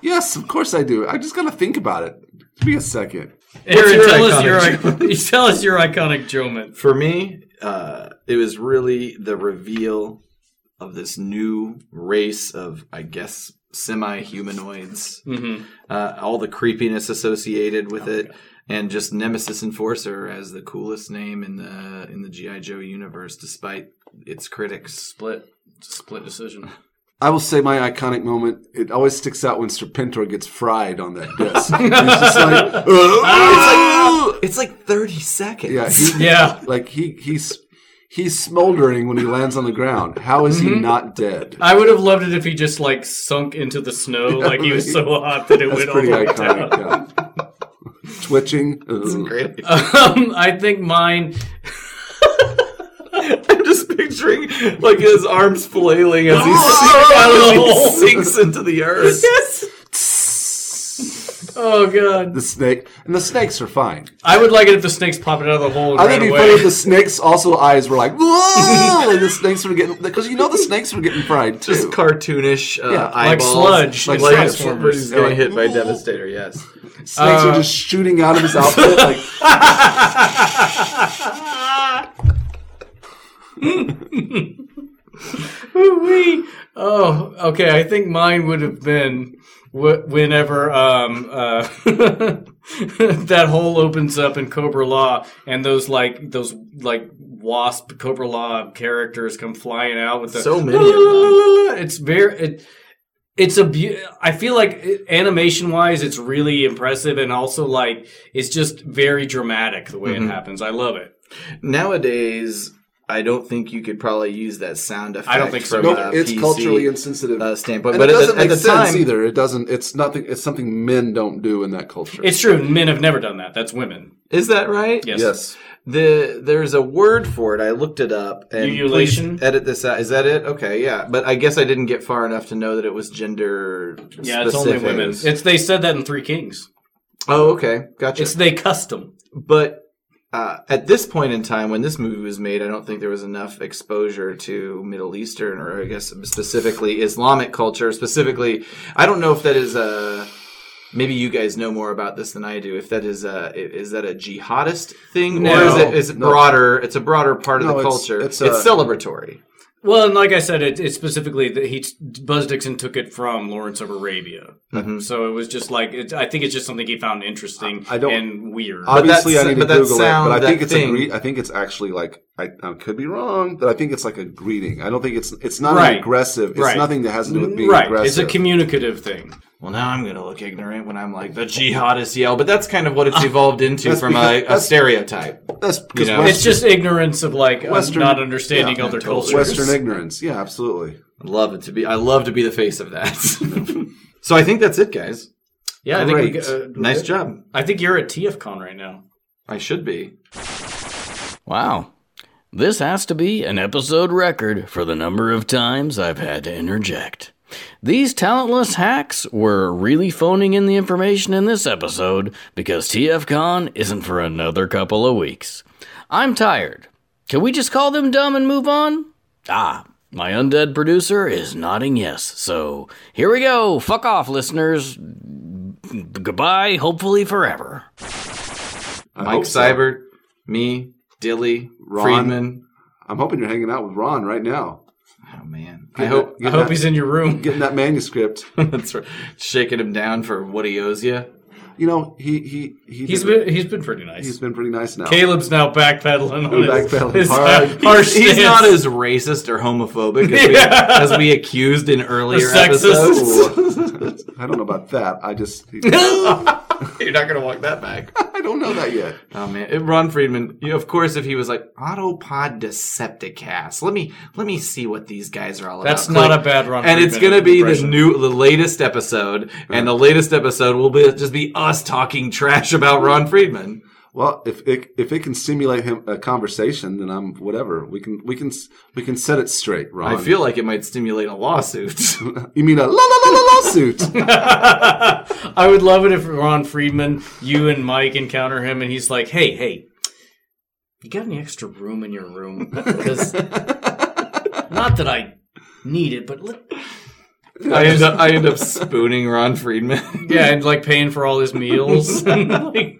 Speaker 1: yes, of course I do. I just gotta think about it. Give me a second.
Speaker 5: Aaron,
Speaker 2: your
Speaker 5: tell us,
Speaker 2: iconic
Speaker 5: your, tell us your iconic Joman.
Speaker 2: For me, uh, it was really the reveal of this new race of, I guess, semi humanoids.
Speaker 5: Mm-hmm.
Speaker 2: Uh, all the creepiness associated with it, and just Nemesis Enforcer as the coolest name in the in the GI Joe universe, despite its critics.
Speaker 5: Split. It's a split decision.
Speaker 1: I will say my iconic moment. It always sticks out when Serpentor gets fried on that disc. He's just like, "Uh,
Speaker 2: Ah!
Speaker 1: "Ugh."
Speaker 2: It's like thirty seconds.
Speaker 1: yeah, he,
Speaker 5: Yeah.
Speaker 1: like he he's he's smoldering when he lands on the ground. How is he not dead?
Speaker 5: I would have loved it if he just like sunk into the snow, like he was so hot that it
Speaker 1: That's
Speaker 5: went all
Speaker 1: pretty
Speaker 5: the way down.
Speaker 1: iconic. Yeah. Twitching. Ugh.
Speaker 2: Great.
Speaker 5: Um, I think mine.
Speaker 2: I'm just picturing like his arms flailing as he
Speaker 5: Oh!
Speaker 2: finally sinks into the earth.
Speaker 5: Oh god!
Speaker 1: The snake and the snakes are fine.
Speaker 5: I would like it if the snakes popped out of the hole and
Speaker 1: I
Speaker 5: ran
Speaker 1: think it'd be funny
Speaker 5: away.
Speaker 1: if the snakes also eyes were like, whoa, and the snakes were getting because you know the snakes were getting fried too.
Speaker 2: Just cartoonish uh,
Speaker 1: Yeah, like
Speaker 2: eyeballs.
Speaker 5: sludge
Speaker 2: Like
Speaker 1: in
Speaker 2: like
Speaker 5: Transformers.
Speaker 2: he's getting
Speaker 1: Yeah.
Speaker 2: hit by Devastator, yes.
Speaker 1: snakes
Speaker 2: Uh,
Speaker 1: are just shooting out of his outfit. Like,
Speaker 5: Ooh-wee. Oh, okay. I think mine would have been wh- whenever um, uh, that hole opens up in Cobra Law, and those like those like wasp Cobra Law characters come flying out with the
Speaker 2: So many of them.
Speaker 5: It's very it. It's a. beau- I feel like animation wise, it's really impressive, and also like it's just very dramatic the
Speaker 2: Mm-hmm.
Speaker 5: way it happens. I love it.
Speaker 2: Nowadays, I don't think you could probably use that sound effect.
Speaker 5: I don't think so
Speaker 2: From,
Speaker 1: nope,
Speaker 5: either.
Speaker 2: a
Speaker 1: it's
Speaker 2: PC,
Speaker 1: culturally insensitive.
Speaker 2: uh, standpoint,
Speaker 1: and
Speaker 2: but
Speaker 1: it
Speaker 2: at the-
Speaker 1: doesn't
Speaker 2: at
Speaker 1: make
Speaker 2: the
Speaker 1: sense
Speaker 2: time-
Speaker 1: either. It doesn't. It's nothing. It's something men don't do in that culture.
Speaker 5: It's true. Men have never done that. That's women.
Speaker 2: Is that right?
Speaker 5: Yes.
Speaker 1: yes.
Speaker 2: The there's a word for it. I looked it up. And
Speaker 5: Ululation?
Speaker 2: please edit this out. Is that it? Okay, yeah. But I guess I didn't get far enough to know that it was gender.
Speaker 5: Yeah, it's only
Speaker 2: specific.
Speaker 5: women. It's they said that in Three Kings.
Speaker 2: Oh, okay, gotcha.
Speaker 5: It's they custom.
Speaker 2: but uh, at this point in time, when this movie was made, I don't think there was enough exposure to Middle Eastern, or I guess specifically Islamic culture. Specifically, I don't know if that is a. Maybe you guys know more about this than I do. If that is a is that a jihadist thing, or is it is it
Speaker 1: No.
Speaker 2: broader? It's a broader part of
Speaker 1: No,
Speaker 2: the
Speaker 1: it's-
Speaker 2: culture. It's,
Speaker 1: it's uh, a-
Speaker 2: celebratory.
Speaker 5: Well, and like I said, it, it's specifically that he Buzz Dixon took it from Lawrence of Arabia, so it was just like it, I think it's just something he found interesting
Speaker 1: Mm-hmm. I don't-
Speaker 5: and weird.
Speaker 2: But that
Speaker 1: Obviously, I
Speaker 2: sa-
Speaker 1: need to
Speaker 2: but that
Speaker 1: Google
Speaker 2: sound,
Speaker 1: it, but I
Speaker 2: that
Speaker 1: think it's
Speaker 2: thing-
Speaker 1: a gre- I think it's actually like I, I could be wrong, but I think it's like a greeting. I don't think it's it's not an
Speaker 5: Right.
Speaker 1: aggressive. It's
Speaker 5: Right.
Speaker 1: nothing that has to do with being
Speaker 5: right, it's
Speaker 1: aggressive.
Speaker 5: a communicative thing.
Speaker 2: Well, now I'm going to look ignorant when I'm like the jihadist yell, but that's kind of what it's evolved
Speaker 1: Uh,
Speaker 2: into
Speaker 1: That's
Speaker 2: from
Speaker 1: because-
Speaker 2: a, a
Speaker 1: that's-
Speaker 2: stereotype.
Speaker 1: That's because
Speaker 2: know.
Speaker 5: It's just ignorance of like
Speaker 1: Western-
Speaker 5: not understanding
Speaker 1: yeah,
Speaker 5: other
Speaker 2: totally.
Speaker 5: cultures.
Speaker 1: Western ignorance. Yeah, absolutely.
Speaker 2: I love it to be. I love to be the face of that. so I think that's it, guys.
Speaker 5: yeah, I think we,
Speaker 1: Great.
Speaker 5: uh,
Speaker 2: Nice job.
Speaker 5: I think you're at TFCon right now.
Speaker 2: I should be.
Speaker 3: Wow. This has to be an episode record for the number of times I've had to interject. These talentless hacks were really phoning in the information in this episode because TFCon isn't for another couple of weeks. I'm tired. Can we just call them dumb and move on? Ah, my undead producer is nodding yes, so here we go. Fuck off, listeners. Goodbye, hopefully forever.
Speaker 1: I
Speaker 2: Mike
Speaker 1: hope so.
Speaker 2: Seibert, me, Dilly,
Speaker 1: Ron.
Speaker 2: Friedman.
Speaker 1: I'm hoping you're hanging out with Ron right now.
Speaker 2: Oh man, I
Speaker 1: Getting
Speaker 2: hope
Speaker 1: that-
Speaker 5: I hope he's in your room.
Speaker 1: getting that manuscript.
Speaker 2: that's right. Shaking him down for what he owes you.
Speaker 1: You know, he he, he
Speaker 5: He's
Speaker 1: did-
Speaker 5: been he's been pretty nice.
Speaker 1: he's been pretty nice now.
Speaker 5: Caleb's now backpedaling on
Speaker 1: Backpedaling
Speaker 5: his, his
Speaker 1: hard.
Speaker 5: uh, harsh
Speaker 2: He's
Speaker 5: stance.
Speaker 2: not as racist or homophobic as, we,
Speaker 5: Yeah.
Speaker 2: as we accused in earlier
Speaker 5: Sexist.
Speaker 2: episodes.
Speaker 1: Ooh. I don't know about that. I just
Speaker 2: You're not gonna walk that back.
Speaker 1: I don't know that yet.
Speaker 2: Oh man, It- Ron Friedman. You know, of course, if he was like Autopod Decepticast, let me let me see what these guys are all about.
Speaker 5: That's not
Speaker 2: Click.
Speaker 5: a bad Ron
Speaker 2: And it's
Speaker 5: Friedman
Speaker 2: gonna be the
Speaker 5: impression.
Speaker 2: new, the latest episode, and the latest episode will be just be us talking trash about Ron Friedman.
Speaker 1: Well, if it if it can stimulate him a conversation, then I'm whatever. We can we can s- we can set it straight, Ron.
Speaker 2: I feel like it might stimulate a lawsuit.
Speaker 1: you mean a la la la la lawsuit.
Speaker 5: I would love it if Ron Friedman, you and Mike encounter him, and he's like, "Hey, hey, you got any extra room in your room? Because not that I need it, but let,
Speaker 2: I end up I end up spooning Ron Friedman.
Speaker 5: Yeah, and like paying for all his meals.
Speaker 2: like,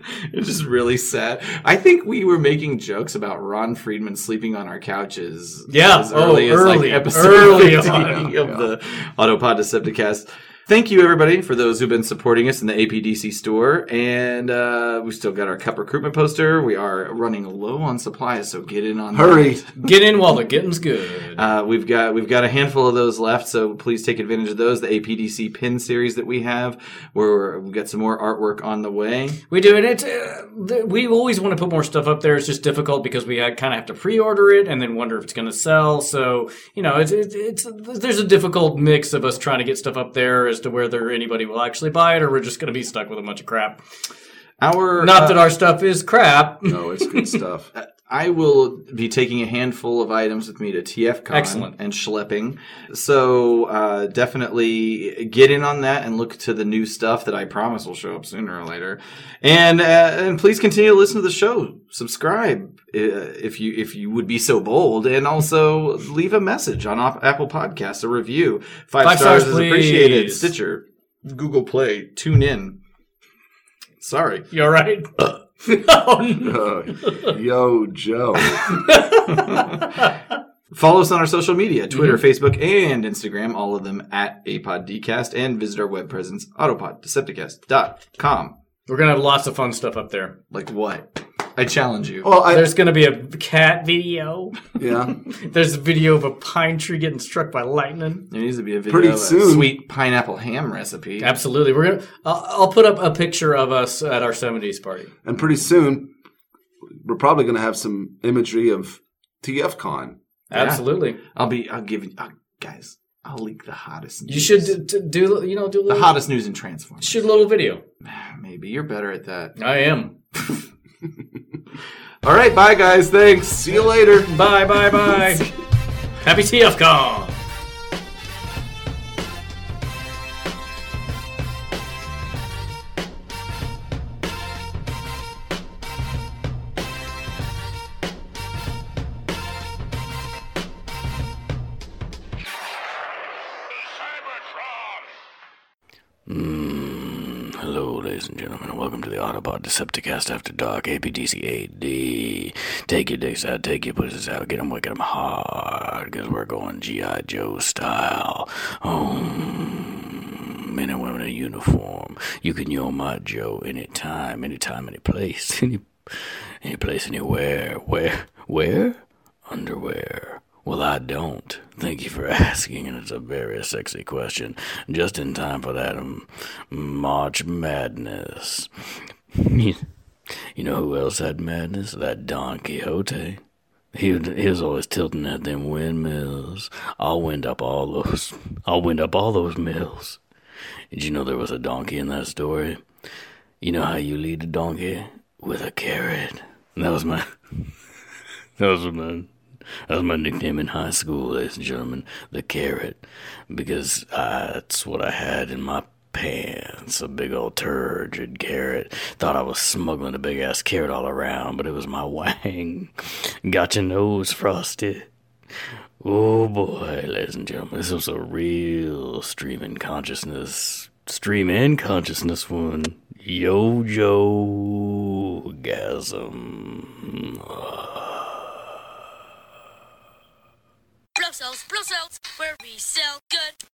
Speaker 2: it's just really sad. I think we were making jokes about Ron Friedman sleeping on our couches.
Speaker 5: Yeah.
Speaker 2: as early
Speaker 5: Oh,
Speaker 2: as like
Speaker 5: early,
Speaker 2: episode
Speaker 5: early
Speaker 2: 50
Speaker 5: on.
Speaker 2: of the Autopod Decepticast. Thank you, everybody, for those who've been supporting us in the APDC store. And uh, we've still got our cup recruitment poster. We are running low on supplies, so get in on
Speaker 1: Hurry.
Speaker 2: that.
Speaker 5: Get in while the getting's good.
Speaker 2: Uh, we've got we've got a handful of those left, so please take advantage of those. The APDC pin series that we have, where we've got some more artwork on the way.
Speaker 5: We do, and it's uh, th- we always want to put more stuff up there. It's just difficult because we kind of have to pre-order it and then wonder if it's going to sell. So you know, it's, it's it's there's a difficult mix of us trying to get stuff up there as to whether anybody will actually buy it or we're just going to be stuck with a bunch of crap.
Speaker 2: Our
Speaker 5: Not that our stuff is crap.
Speaker 1: No, it's good stuff.
Speaker 2: I will be taking a handful of items with me to TFCon
Speaker 5: Excellent.
Speaker 2: and schlepping. So uh, definitely get in on that and look to the new stuff that I promise will show up sooner or later. And uh, and please continue to listen to the show. Subscribe uh, if you if you would be so bold, and also leave a message on Op- Apple Podcasts, a review. Five,
Speaker 5: Five
Speaker 2: stars,
Speaker 5: stars,
Speaker 2: is appreciated.
Speaker 5: please.
Speaker 2: Stitcher, Google Play, tune in. Sorry.
Speaker 5: You're right. oh, no.
Speaker 1: Uh, yo, Joe.
Speaker 2: Follow us on our social media Twitter,
Speaker 1: Mm-hmm.
Speaker 2: Facebook, and Instagram, all of them at APODcast, and visit our web presence, autopoddecepticast.com.
Speaker 5: We're gonna have lots of fun stuff up there.
Speaker 2: Like what? I challenge you.
Speaker 1: Well, I,
Speaker 5: There's gonna be a cat video.
Speaker 1: yeah.
Speaker 5: There's a video of a pine tree getting struck by lightning.
Speaker 2: there needs to be a video
Speaker 1: Pretty
Speaker 2: of a
Speaker 1: soon.
Speaker 2: sweet pineapple ham recipe.
Speaker 5: Absolutely, we're gonna. I'll, I'll put up a picture of us at our '70s party.
Speaker 1: And pretty soon, we're probably going to have some imagery of TFCon.
Speaker 5: Absolutely.
Speaker 2: I'll be, I'll give you, I'll- guys, I'll leak the hottest news.
Speaker 5: You should d- d- do you know do a
Speaker 2: The
Speaker 5: little,
Speaker 2: hottest news in Transformers.
Speaker 5: shoot a little video.
Speaker 2: Maybe you're better at that.
Speaker 5: I am.
Speaker 2: All right, bye, guys. Thanks. See you later.
Speaker 5: Bye bye bye. Happy TFCon.
Speaker 4: Cybertron!
Speaker 3: Hello, ladies and gentlemen, and welcome to the Autobot Decepticast After Dark, APDC AD. Take your dicks out, take your pussies out, get 'em wicked, 'em hard, because we're going G.I. Joe style. Um, men and women in uniform. You can yell my Joe anytime, anytime, any place, any, any place, anywhere. Where? Where? Underwear. Well, I don't. Thank you for asking, and it's a very sexy question. Just in time for that um, March Madness. you know who else had madness? That Don Quixote. He, was- he was always tilting at them windmills. I'll wind up all those. I'll wind up all those mills. Did you know there was a donkey in that story? You know how you lead a donkey with a carrot. That was my. That was my that was my nickname in high school, ladies and gentlemen, the carrot, because uh, that's what I had in my pants, a big old turgid carrot. Thought I was smuggling a big ass carrot all around, but it was my wang. Got your nose frosty. Oh boy, ladies and gentlemen, this was a real stream in consciousness, stream in consciousness one. Yo, yo, gasm.
Speaker 6: Blow cells, blow cells, where we sell good.